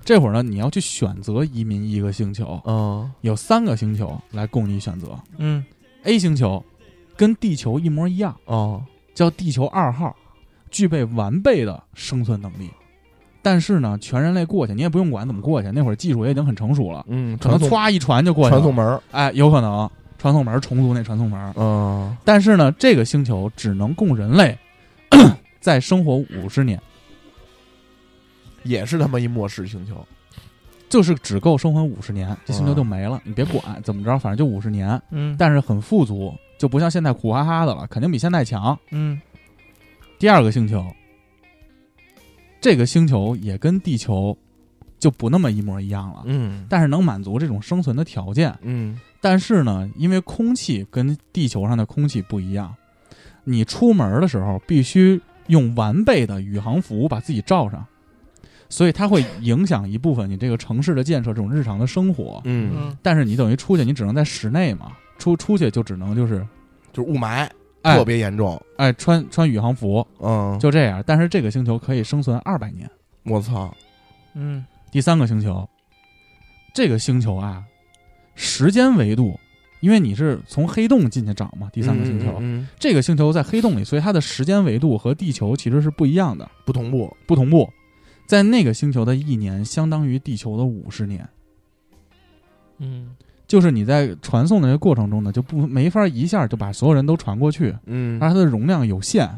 A: 这会儿呢，你要去选择移民一个星球，
B: 嗯
A: 有三个星球来供你选择。
C: 嗯
A: A 星球跟地球一模一样，
B: 哦
A: 叫地球二号，具备完备的生存能力。但是呢，全人类过去，你也不用管怎么过去，那会儿技术也已经很成熟了，
B: 嗯，
A: 可能
B: 传送
A: 歘一传就过去
B: 传
A: 了。
B: 送门儿，
A: 哎，有可能传送门儿重组那传送门儿。
B: 嗯
A: 但是呢，这个星球只能供人类 在生活五十年，
B: 也是他妈一末世星球，
A: 就是只够生活五十年，这
B: 啊
A: 星球就没了。你别管怎么着，反正就五十年，
C: 嗯，
A: 但是很富足，就不像现在苦哈哈的了，肯定比现在强。
C: 嗯
A: 第二个星球，这个星球也跟地球就不那么一模一样了。
B: 嗯
A: 但是能满足这种生存的条件，
B: 嗯
A: 但是呢，因为空气跟地球上的空气不一样，你出门的时候必须用完备的宇航服把自己罩上，所以它会影响一部分你这个城市的建设，这种日常的生活。
B: 嗯，
C: 嗯
A: 但是你等于出去，你只能在室内嘛，出出去就只能就是，
B: 就是雾霾
A: 哎
B: 特别严重，
A: 哎，穿穿宇航服
B: 嗯，
A: 就这样。但是这个星球可以生存二百年。
B: 我操，
C: 嗯
A: 第三个星球，这个星球啊，时间维度，因为你是从黑洞进去找嘛，第
B: 第
A: 三个星球，
B: 嗯，嗯
A: 这个星球在黑洞里，所以它的时间维度和地球其实是不一样的，
B: 不同步，
A: 不同步。在那个星球的一年相当于地球的五十年，
D: 嗯
A: 就是你在传送的这个过程中呢，就不没法一下就把所有人都传过去，
B: 嗯
A: 而它的容量有限。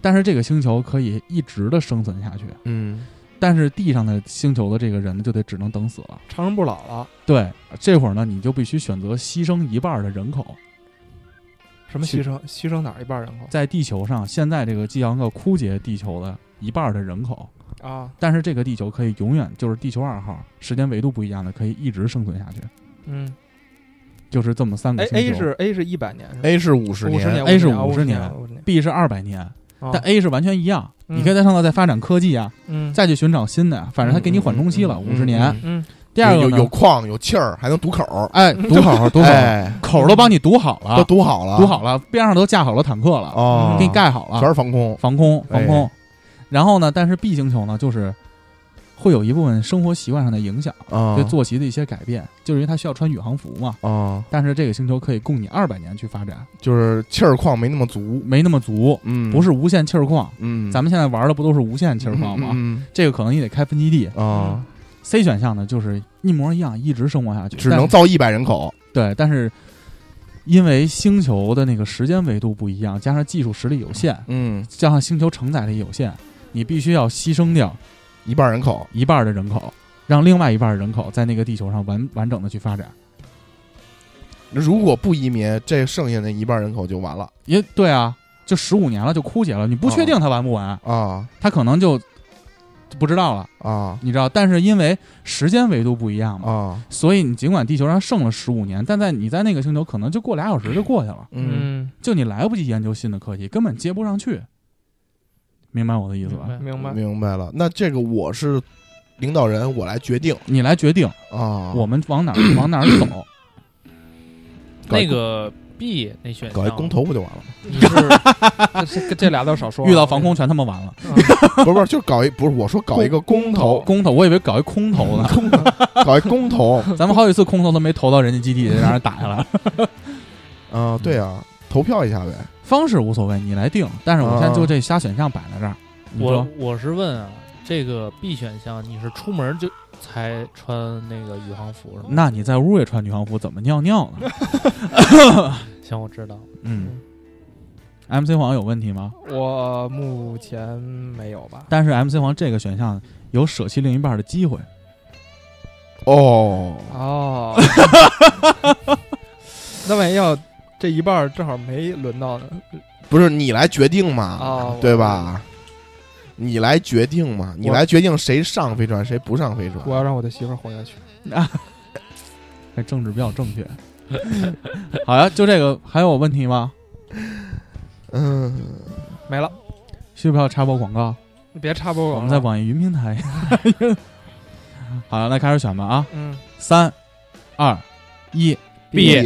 A: 但是这个星球可以一直的生存下去，
B: 嗯
A: 但是地上的星球的这个人呢，就得只能等死了。
C: 长生不老了，
A: 对，这会儿呢，你就必须选择牺牲一半儿的人口。
C: 什么牺牲牺牲哪儿一半人口
A: 在地球上，现在这个激昂克枯竭地球的一半儿的人口，
C: 啊？
A: 但是这个地球可以永远就是地球二号，时间维度不一样的，可以一直生存下去，
C: 嗯
A: 就是这么三个
C: ，A
A: 星
C: 哎 A
A: 球。
C: 是 A 是一百年是吧
B: ，A 是五十
C: 五十
A: ，A 是
C: 五
A: 50年
C: 年，啊五十年，
A: B 是二百年，但
C: 啊
A: A 是完全一样，
C: 嗯
A: 你可以在上头再发展科技啊，
C: 嗯
A: 再去寻找新的啊，反正它给你缓冲期了五十、年。
C: 嗯
A: 第二个
B: 有
A: 呢
B: 有矿有气儿，还能堵口儿，
A: 哎，堵好堵好，
B: 哎，
A: 口儿都帮你堵好了
B: 都，堵好了，
A: 堵好了，啊边上都架好了坦克了，
B: 哦，
A: 给你，盖好了，
B: 全是防空，
A: 防空，防
B: 哎
A: 空。然后呢，但是 B 星球呢，就是会有一部分生活习惯上的影响，
B: 啊，
A: 对作息的一些改变，就是因为它需要穿宇航服嘛。
B: 啊，
A: 但是这个星球可以供你二百年去发展，
B: 就是气儿矿没那么足，
A: 没那么足，
B: 嗯，
A: 不是，无限气儿矿。
B: 嗯，
A: 咱们现在玩的不都是无限气儿矿吗？
B: 嗯，
A: 这个可能也得开分基地。
B: 嗯啊，
A: C 选项呢，就是一模一样，一直生活下去，
B: 只能
A: 但
B: 造一百人口，
A: 对，但是因为星球的那个时间维度不一样，加上技术实力有限，
B: 嗯，
A: 加上星球承载力有限，你必须要牺牲掉
B: 一半人口，
A: 一半儿的人口，让另外一半儿人口在那个地球上完完整的去发展。
B: 如果不移民，这剩下那一半人口就完了
A: 也对啊，就十五年了，就枯竭了，你不确定它完不完，
B: 啊
A: 它可能就就不知道了，
B: 啊
A: 你知道？但是因为时间维度不一样嘛，
B: 啊，
A: 所以你尽管地球上剩了十五年，但在你在那个星球可能就过俩小时就过去了，
B: 嗯，
A: 就你来不及研究新的科技，根本接不上去。明白我的意思吧？
C: 嗯
D: 明
C: 明白
D: 白
B: 明白了。那这个我是领导人我来决定
A: 你来决定
B: 啊。
A: 我们往哪儿往哪儿走。
B: 搞一
D: 那个 B 那选项，
B: 搞一公投不就完了吗？
D: 你是
C: 这这俩都少说啊。
A: 遇到防控全他妈完了，
B: 不是不是，就搞一不是我说搞一个公投，
A: 公投，我以为搞一空投 呢。
B: 搞一公投。
A: 咱们好几次空投都没投到人家基地，让人打下来了。
B: 啊，对啊，投票一下呗。
A: 方式无所谓，你来定。但是我现在
C: 哦
A: 就这仨选项摆在这儿，你
D: 我
A: 说
D: 我是问啊，这个 B 选项你是出门就才穿那个宇航服是吗？
A: 那你在屋也穿宇航服，怎么尿尿呢？
D: 行，我知道。
A: 嗯，MC 黄有问题吗？
C: 我目前没有吧？
A: 但是 MC 黄这个选项有舍弃另一半的机会，
B: 哦，
C: 哦，那万一要这一半儿正好没轮到呢？
B: 不是你来决定嘛
C: 哦，
B: 啊对吧？你来决定嘛，你来决定谁上飞船，谁不上飞
C: 我
B: 船。
C: 要让我的媳妇儿活下去。
A: 这政治比较正 确。好呀，就这个，还有问题吗？
B: 嗯，
C: 没了，
A: 需不需要插播广告？
C: 你别插播
A: 我
C: 广
A: 们在
C: 告。
A: 网易云平台。 好了，那开始选吧啊！
C: 嗯，
A: 三、二、一，
D: B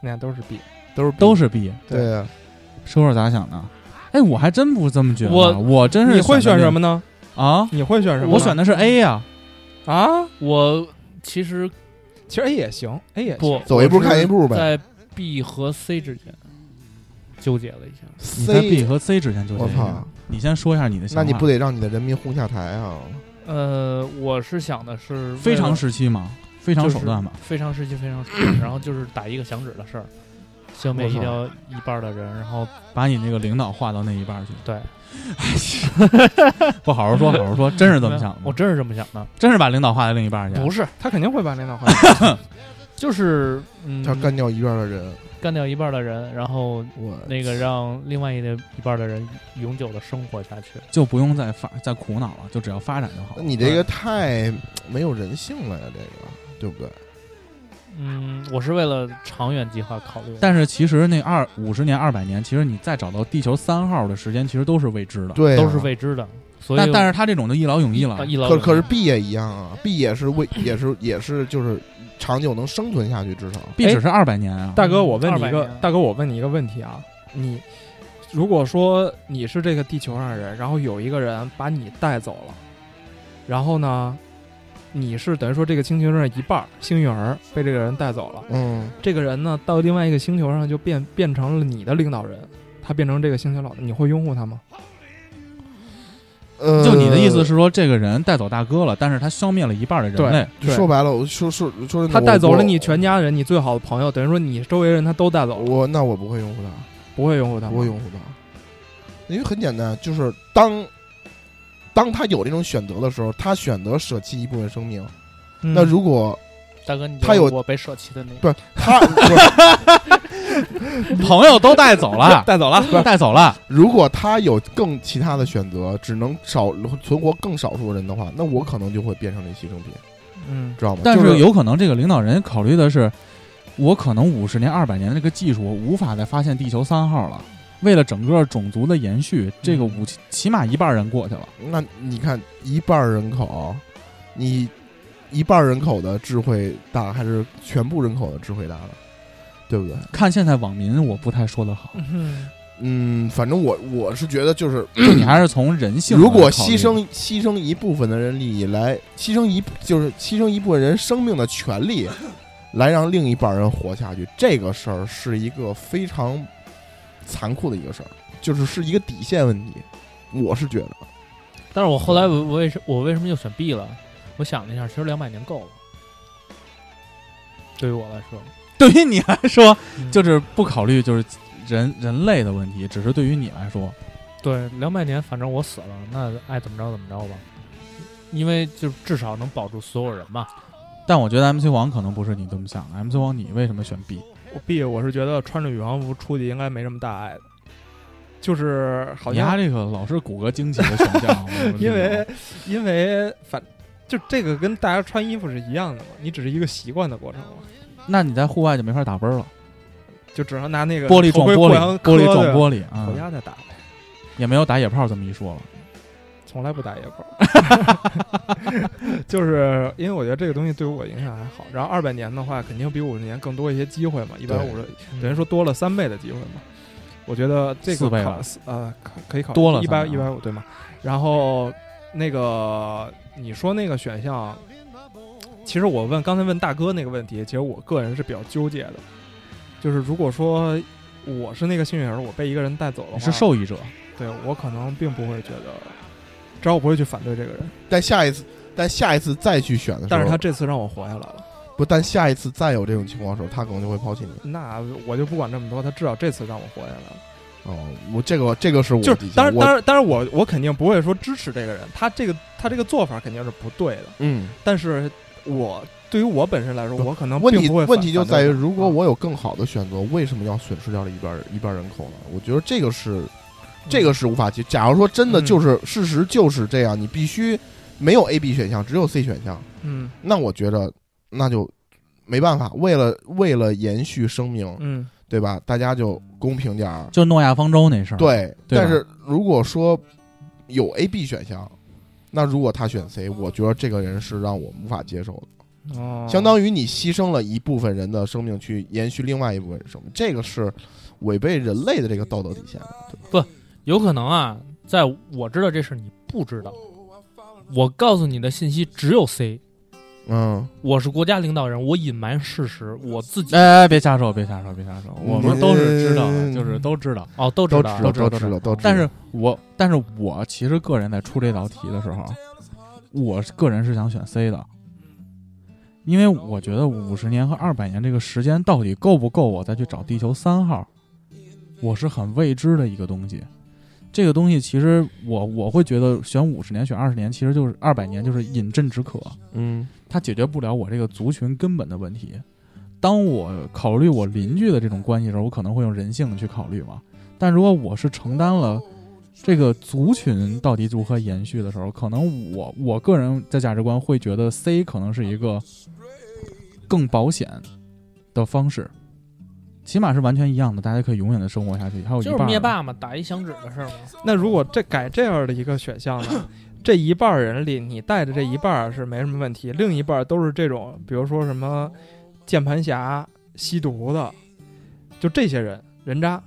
C: 你看都是 B，
B: 都是 B
A: 都是 B。
B: 对啊，
A: 收获咋想的？哎，我还真不这么觉得，
D: 我
A: 我真是
C: 你会选
A: 的
C: 什么呢？
A: 啊？
C: 你会选什么呢？
A: 我选的是 A 呀、
C: 啊，
D: 我其实
C: 其实 A 也行，A 也行
D: 不
B: 走一步
D: 我是
B: 看一步呗。
D: 在 B 和 C 之间纠结了一下。
A: 你在 B
B: C，
A: 和 C 之间就
B: 我
A: 这
B: 操
A: 样。，你先说一下你的想
B: 那
A: 法。
B: 你不得让你的人民轰下台啊？
D: 呃，我是想的是为了
A: 非常时期吗？非常手段吗？
D: 非常时期，非常时 期，然后就是打一个响指的事儿，消灭
B: 我操
D: 医疗一半的人，然后
A: 把你那个领导划到那一半去，
D: 对，
A: 不好好说，好好说，真是这么想的。
D: 我真是这么想的，
A: 真是把领导划到另一半去。
D: 不是，
C: 他肯定会把领导 换掉。
D: 就是嗯，
B: 他干掉一半的人，
D: 干掉一半的人，然后
B: 我
D: 那个让另外一个一半的人永久的生活下去。
A: 就不用再发再苦恼了，就只要发展就好
B: 那
A: 了。
B: 你这个太没有人性了呀，这个对不对？
D: 嗯，我是为了长远计划考虑。
A: 但是其实那二五十年、二百年，其实你再找到地球三号的时间，其实都是未知的。，
B: 对啊，
D: 都是未知的，所以
A: 但但是他这种就一劳永逸了
D: 啊。一劳
B: 可
D: 永逸
B: 可是 B 也一样啊，B 也是为也是也是就是长久能生存下去，至少
A: B 只是二百年啊，
C: 大哥，我问你一
D: 200
C: 个
D: 年，
C: 大哥，我问你一个问题啊，你如果说你是这个地球上的人，然后有一个人把你带走了，然后呢，你是等于说这个星球上的一半儿幸运儿被这个人带走了，
B: 嗯，
C: 这个人呢到另外一个星球上就变变成了你的领导人，他变成这个星球老大，你会拥护他吗？
B: 呃，
A: 就你的意思是说，这个人带走大哥了，但是他消灭了一半的人类，
B: 就说白了，我说说说真
C: 他
B: 的
C: 带走
B: 我
C: 了你全家人，你最好的朋友，等于说你周围人他都带走了，
B: 我那我不会拥护他，
C: 不会拥护他吗
B: 不会拥护他，因为很简单，就是当当他有这种选择的时候，他选择舍弃一部分生命。
C: 嗯
B: 那如果
D: 大哥，你
B: 他有
D: 我被舍弃的 那
B: 不
D: 个，
B: 是 他不是
A: 朋友都带走了，
C: 带走了，
A: 带走了，
B: 如果他有更其他的选择，只能少存活更少数人的话，那我可能就会变成那牺牲品，
C: 嗯，
B: 知道吗？
A: 但
B: 就是
A: 有可能这个领导人考虑的是，我可能五十年、二百年的这个技术我无法再发现地球三号了。为了整个种族的延续，这
C: 嗯
A: 个五起码一半人过去了，
B: 那你看一半儿人口，你一半儿人口的智慧大还是全部人口的智慧大呢？对不对？
A: 看现在网民，我不太说得好。
C: 嗯
B: 嗯，反正我我是觉得就是，
A: 就你还是从人性来
B: 如果
A: 考虑
B: 牺牲牺牲一部分的人利益来牺牲一就是牺牲一部分人生命的权利，来让另一半儿人活下去，这个事儿是一个非常残酷的一个事儿，就是是一个底线问题。我是觉得，
D: 但是我后来我我为什我为什么又选 B 了？我想了一下，其实两百年够了，对于我来说，
A: 对于你来说，
D: 嗯
A: 就是不考虑就是人人类的问题，只是对于你来说，
D: 对两百年，反正我死了，那爱怎么着怎么着吧，因为就至少能保住所有人嘛。
A: 但我觉得 MC 王可能不是你这么想的。MC 王，你为什么选 B？
C: 我 B 我是觉得穿着宇航服出去应该没什么大碍的，就是好
A: 你丫
C: 像
A: 这个老是骨骼惊奇的选项，啊我就
C: 因为因为反就这个跟大家穿衣服是一样的嘛，你只是一个习惯的过程嘛，
A: 那你在户外就没法打啵儿了，
C: 就只能拿那个
A: 玻璃撞玻璃，玻璃撞
C: 璃，
A: 玻璃啊
C: 回，家再打呗。
A: 也没有打野炮这么一说了。
C: 从来不打野狗， 就是因为我觉得这个东西对于我影响还好。然后二百年的话，肯定比五十年更多一些机会嘛，一百五十等于说多了三倍的机会嘛。我觉得这
A: 四
C: 个
A: 倍
C: 考
A: 了
C: 四呃可可以考
A: 多了
C: 一百
A: 三
C: 一
A: 倍
C: 百
A: 啊
C: 五对吗？然后那个你说那个选项，其实我问刚才问大哥那个问题，其实我个人是比较纠结的，就是如果说我是那个幸运儿，我被一个人带走的话，
A: 你是受益者，
C: 对我可能并不会觉得，只要我不会去反对这个人，
B: 但下一次，但下一次再去选的时候，
C: 但是他这次让我活下来了，
B: 不，但下一次再有这种情况的时候，他可能就会抛弃你。
C: 那我就不管这么多，他至少这次让我活下来了。
B: 哦，我这个这个是我
C: 就
B: 的
C: 是
B: 底线，
C: 当然，
B: 我
C: 当然，当然我，我肯定不会说支持这个人，他这个他这个做法肯定是不对的。
B: 嗯，
C: 但是我对于我本身来说，
B: 不
C: 我可能
B: 问题
C: 啊并不会
B: 问题就在于，如果
C: 我
B: 我有更好的选择，为什么要损失掉了一半一半人口呢？我觉得这个是这个是无法接。假如说真的
C: 嗯
B: 就是、事实就是这样，你必须没有 A、B 选项，只有 C 选项，
C: 嗯
B: 那我觉得那就没办法。为了为了延续生命，
C: 嗯
B: 对吧？大家就公平点儿。
A: 就诺亚方舟那事儿。，
B: 对，
A: 对吧
B: 但是如果说有 A、B 选项，那如果他选 C，我觉得这个人是让我无法接受
A: 啊
B: 的。
C: 哦，
B: 相当于你牺牲了一部分人的生命去延续另外一部分人生命，这个是违背人类的这个道德底线的。
D: 有可能啊，在我知道这事儿你不知道，我告诉你的信息只有 C。
B: 嗯，
D: 我是国家领导人，我隐瞒事实，我自己
A: 哎，别瞎说，别瞎说，别瞎说，我们都是知道的，就是都知道。
D: 哦都知
B: 都
D: 道
B: 知
D: 啊，
A: 都
B: 道，
A: 知道
B: 都知道，都知道。
A: 但是我，但是我其实个人在出这道题的时候，啊我个人是想选 C 的，因为我觉得五十年和二百年这个时间到底够不够我再去找地球三号，我是很未知的一个东西。这个东西其实我我会觉得选五十年、选二十年，其实就是二百年，就是饮鸩止渴。
B: 嗯，
A: 它解决不了我这个族群根本的问题。当我考虑我邻居的这种关系的时候，我可能会用人性去考虑嘛。但如果我是承担了这个族群到底如何延续的时候，可能我我个人在价值观会觉得 C 可能是一个更保险的方式，起码是完全一样的，大家可以永远的生活下去。还有一
D: 就
A: 半
D: 是
A: 儿
D: 灭霸嘛，打一响指的事儿嘛。
C: 那如果这改这样的一个选项 呢？这一半儿人里，你带着这一半儿是没什么问题，另一半儿都是这种，比如说什么键盘侠、吸毒的，就这些人人渣，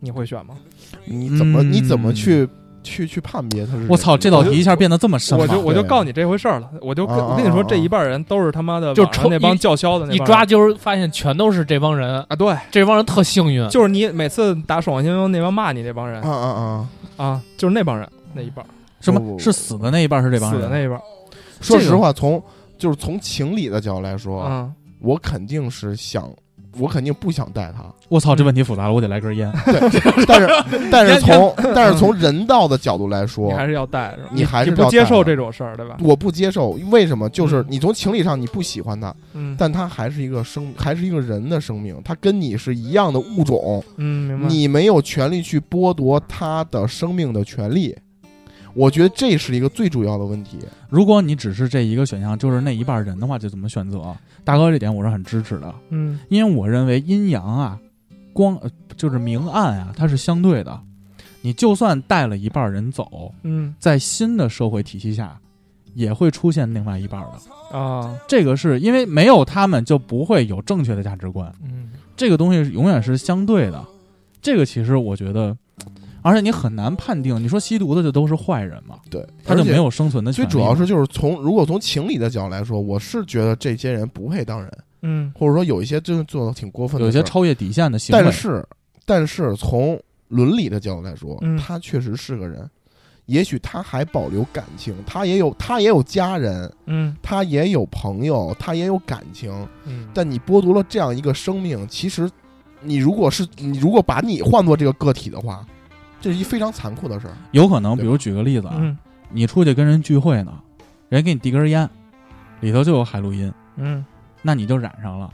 C: 你会选吗？
B: 你怎么
A: 嗯
B: 你怎么去去去判别他是？
A: 我操，这道题一下变得这么深了。
C: 我就我就
B: 对
C: 告你这回事儿了，我就跟
B: 啊啊啊
C: 我跟你说，
B: 啊啊
C: 这一半儿人都是他妈的
D: 就
C: 网上
D: 抽
C: 那帮
D: 一
C: 叫嚣的那
D: 一
C: 帮
D: 抓
C: 人
D: 就是发现全都是这帮人，
C: 啊，对，
D: 这帮人特幸运。
C: 就是你每次打守望先锋那帮骂你那帮人
B: 啊啊啊！
C: 啊，就是那帮人那一半儿
A: 什
B: 不不
A: 么
B: 不
A: 是死的那一半儿是这帮
C: 死的
A: 人，
C: 那一半儿，
B: 说实话，从就是从情理的角度来
A: 啊
B: 说，
C: 嗯，
B: 我肯定是想，我肯定不想带他。
A: 我操，这问题复杂了，我得来根烟。
B: 但是但是从 但是从人道的角度来说
C: 你，还是要带是吧？
B: 你还是
C: 你不
B: 要
C: 接
B: 带
C: 受
B: 的
C: 这种事儿对吧？
B: 我不接受，为什么？就是
C: 嗯
B: 你从情理上你不喜欢他，
C: 嗯，
B: 但他还是一个生，还是一个人的生命，他跟你是一样的物种，
C: 嗯，明白。
B: 你没有权利去剥夺他的生命的权利。我觉得这是一个最主要的问题。
A: 如果你只是这一个选项，就是那一半人的话，就怎么选择？大哥这点我是很支持的，
C: 嗯
A: 因为我认为阴阳啊，光呃就是明暗啊，它是相对的。你就算带了一半人走，
C: 嗯
A: 在新的社会体系下，也会出现另外一半的。
C: 啊，
A: 这个是因为没有他们，就不会有正确的价值观。
C: 嗯
A: 这个东西永远是相对的。这个其实我觉得，而且你很难判定。你说吸毒的就都是坏人嘛？
B: 对，
A: 他就
B: 而且
A: 没。有生存的权
B: 最
A: 利嘛。
B: 主要是就是从如果从情理的角度来说，我是觉得这些人不配当人，
C: 嗯
B: 或者说有一些真的做的挺过分的
A: 有
B: 事儿，
A: 些超越底线的行为。
B: 但是，但是从伦理的角度来说，
C: 嗯
B: 他确实是个人。也许他还保留感情，他也有他也有家人，
C: 嗯
B: 他也有朋友，他也有感情。
C: 嗯，
B: 但你剥夺了这样一个生命，其实你如果是你如果把你换作这个个体的话，这是一非常残酷的事儿。
A: 有可能，
B: 对吧
A: 比如举个例子啊，
C: 嗯
A: 你出去跟人聚会呢，人给你递根烟，里头就有海洛因，
C: 嗯
A: 那你就染上了。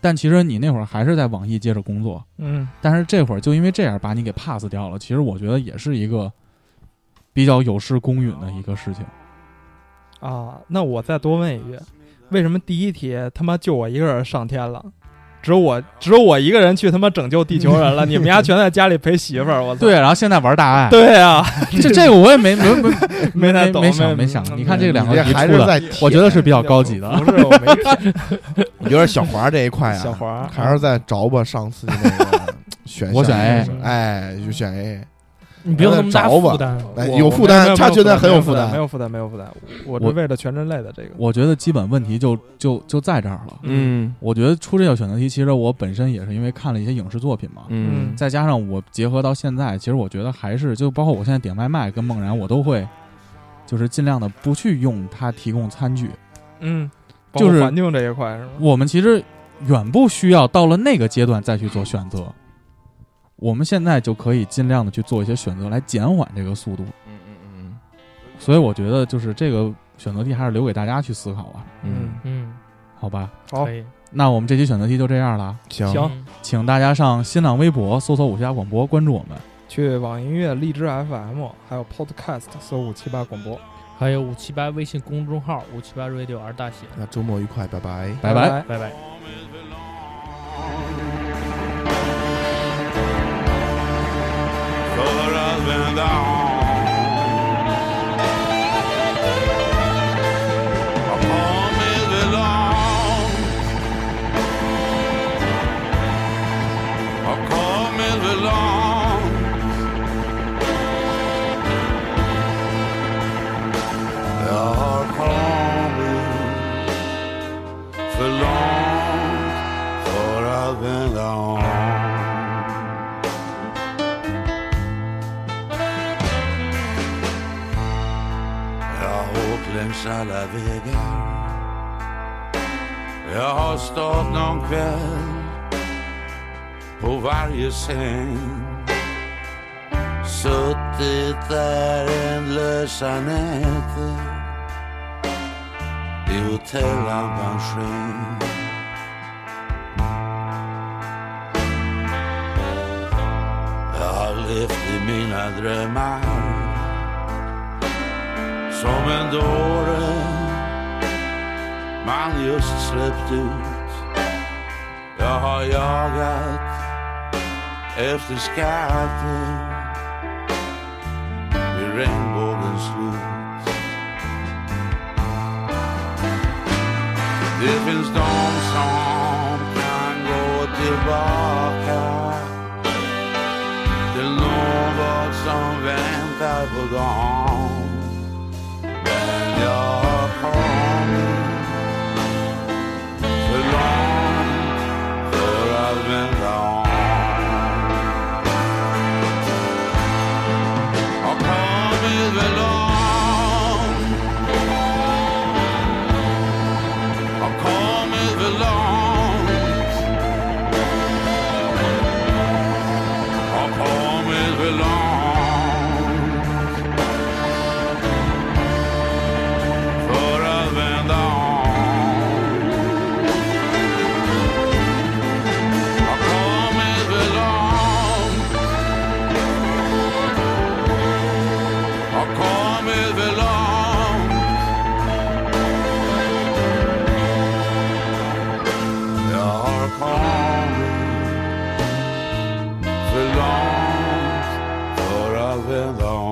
A: 但其实你那会儿还是在网易接着工作，
C: 嗯
A: 但是这会儿就因为这样把你给 pass 掉了。其实我觉得也是一个比较有失公允的一个事情。
C: 啊，那我再多问一句，为什么第一题他妈就我一个人上天了？只有我只有我一个人去他妈拯救地球人了，你们家全在家里陪媳妇儿，我操！
A: 对，啊然后现在玩大爱，
C: 对啊，
A: 这这个我也没 没没
C: 没太
A: 没
C: 懂，
A: 没想没想，你看这两
B: 你
A: 个
B: 这
A: 一
B: 还
A: 出
B: 是
A: 来，
B: 在舔，
A: 我觉得是比较高级的。
C: 不是我没骗
B: 我觉得小华这一块啊，
C: 小华儿
B: 还是在找吧上次那 个选
A: 我选
B: A，
C: 嗯
D: A
B: 哎，就选 A，
D: 你不用那么大负担。
B: 哎
C: 我
B: 有
C: 我
B: 负
C: 没
B: 担
C: 没有
B: 他
C: 没有
B: 觉得很有
C: 有
B: 负担
C: 没有负担，没有负担。我是
A: 我
C: 为了全人类的这个，
A: 我觉得基本问题就就就在这儿了。
B: 嗯
A: 我觉得出这道选择题，其实我本身也是因为看了一些影视作品嘛，
B: 嗯
C: 嗯
A: 再加上我结合到现在，其实我觉得还是就包括我现在点外卖跟梦然，我都会就是尽量的不去用它提供餐具。
C: 嗯，
A: 就
C: 保护
A: 是
C: 环境这一块是吗？
A: 我们其实远不需要到了那个阶段再去做选择，我们现在就可以尽量的去做一些选择来减缓这个速度。
B: 嗯嗯
A: 所以我觉得就是这个选择题还是留给大家去思考啊，
B: 嗯，
D: 嗯，
A: 好吧？
C: 好
D: 可以。
A: 那我们这期选择题就这样了，
B: 行
C: 行
D: 嗯，
A: 请大家上新浪微博搜索“五七八广播”，关注我们。
C: 去网易音乐、荔枝 FM，还有 Podcast 搜五七八广播，
D: 还有五七八微信公众号五七八 radio r 大写，
B: 那周末愉快，拜拜。
A: 拜拜
C: 拜。
D: 拜拜。
E: för att vända om. Upon it belong. Upon it belong. Jag har kommit för långt för att vända om. Jag har åkt längs alla vägar Jag har stått någon kväll på varje säng Suttit där ändlösa nätter i hotellampans sken Jag har levt i mina drömmar som en dåre man just släppt ut. Jag har jagat efter skatter vid regnbågens slut. Det finns de som kan gå tillbaka till något som väntar på dem. Men jag kom för långt för att vända om. Har kommit för långt. Har kommit för långt. Har kommit för långt. för att vända om. Har kommit för långt. Har kommit för långt. Jag har kommit för långt för att vända om.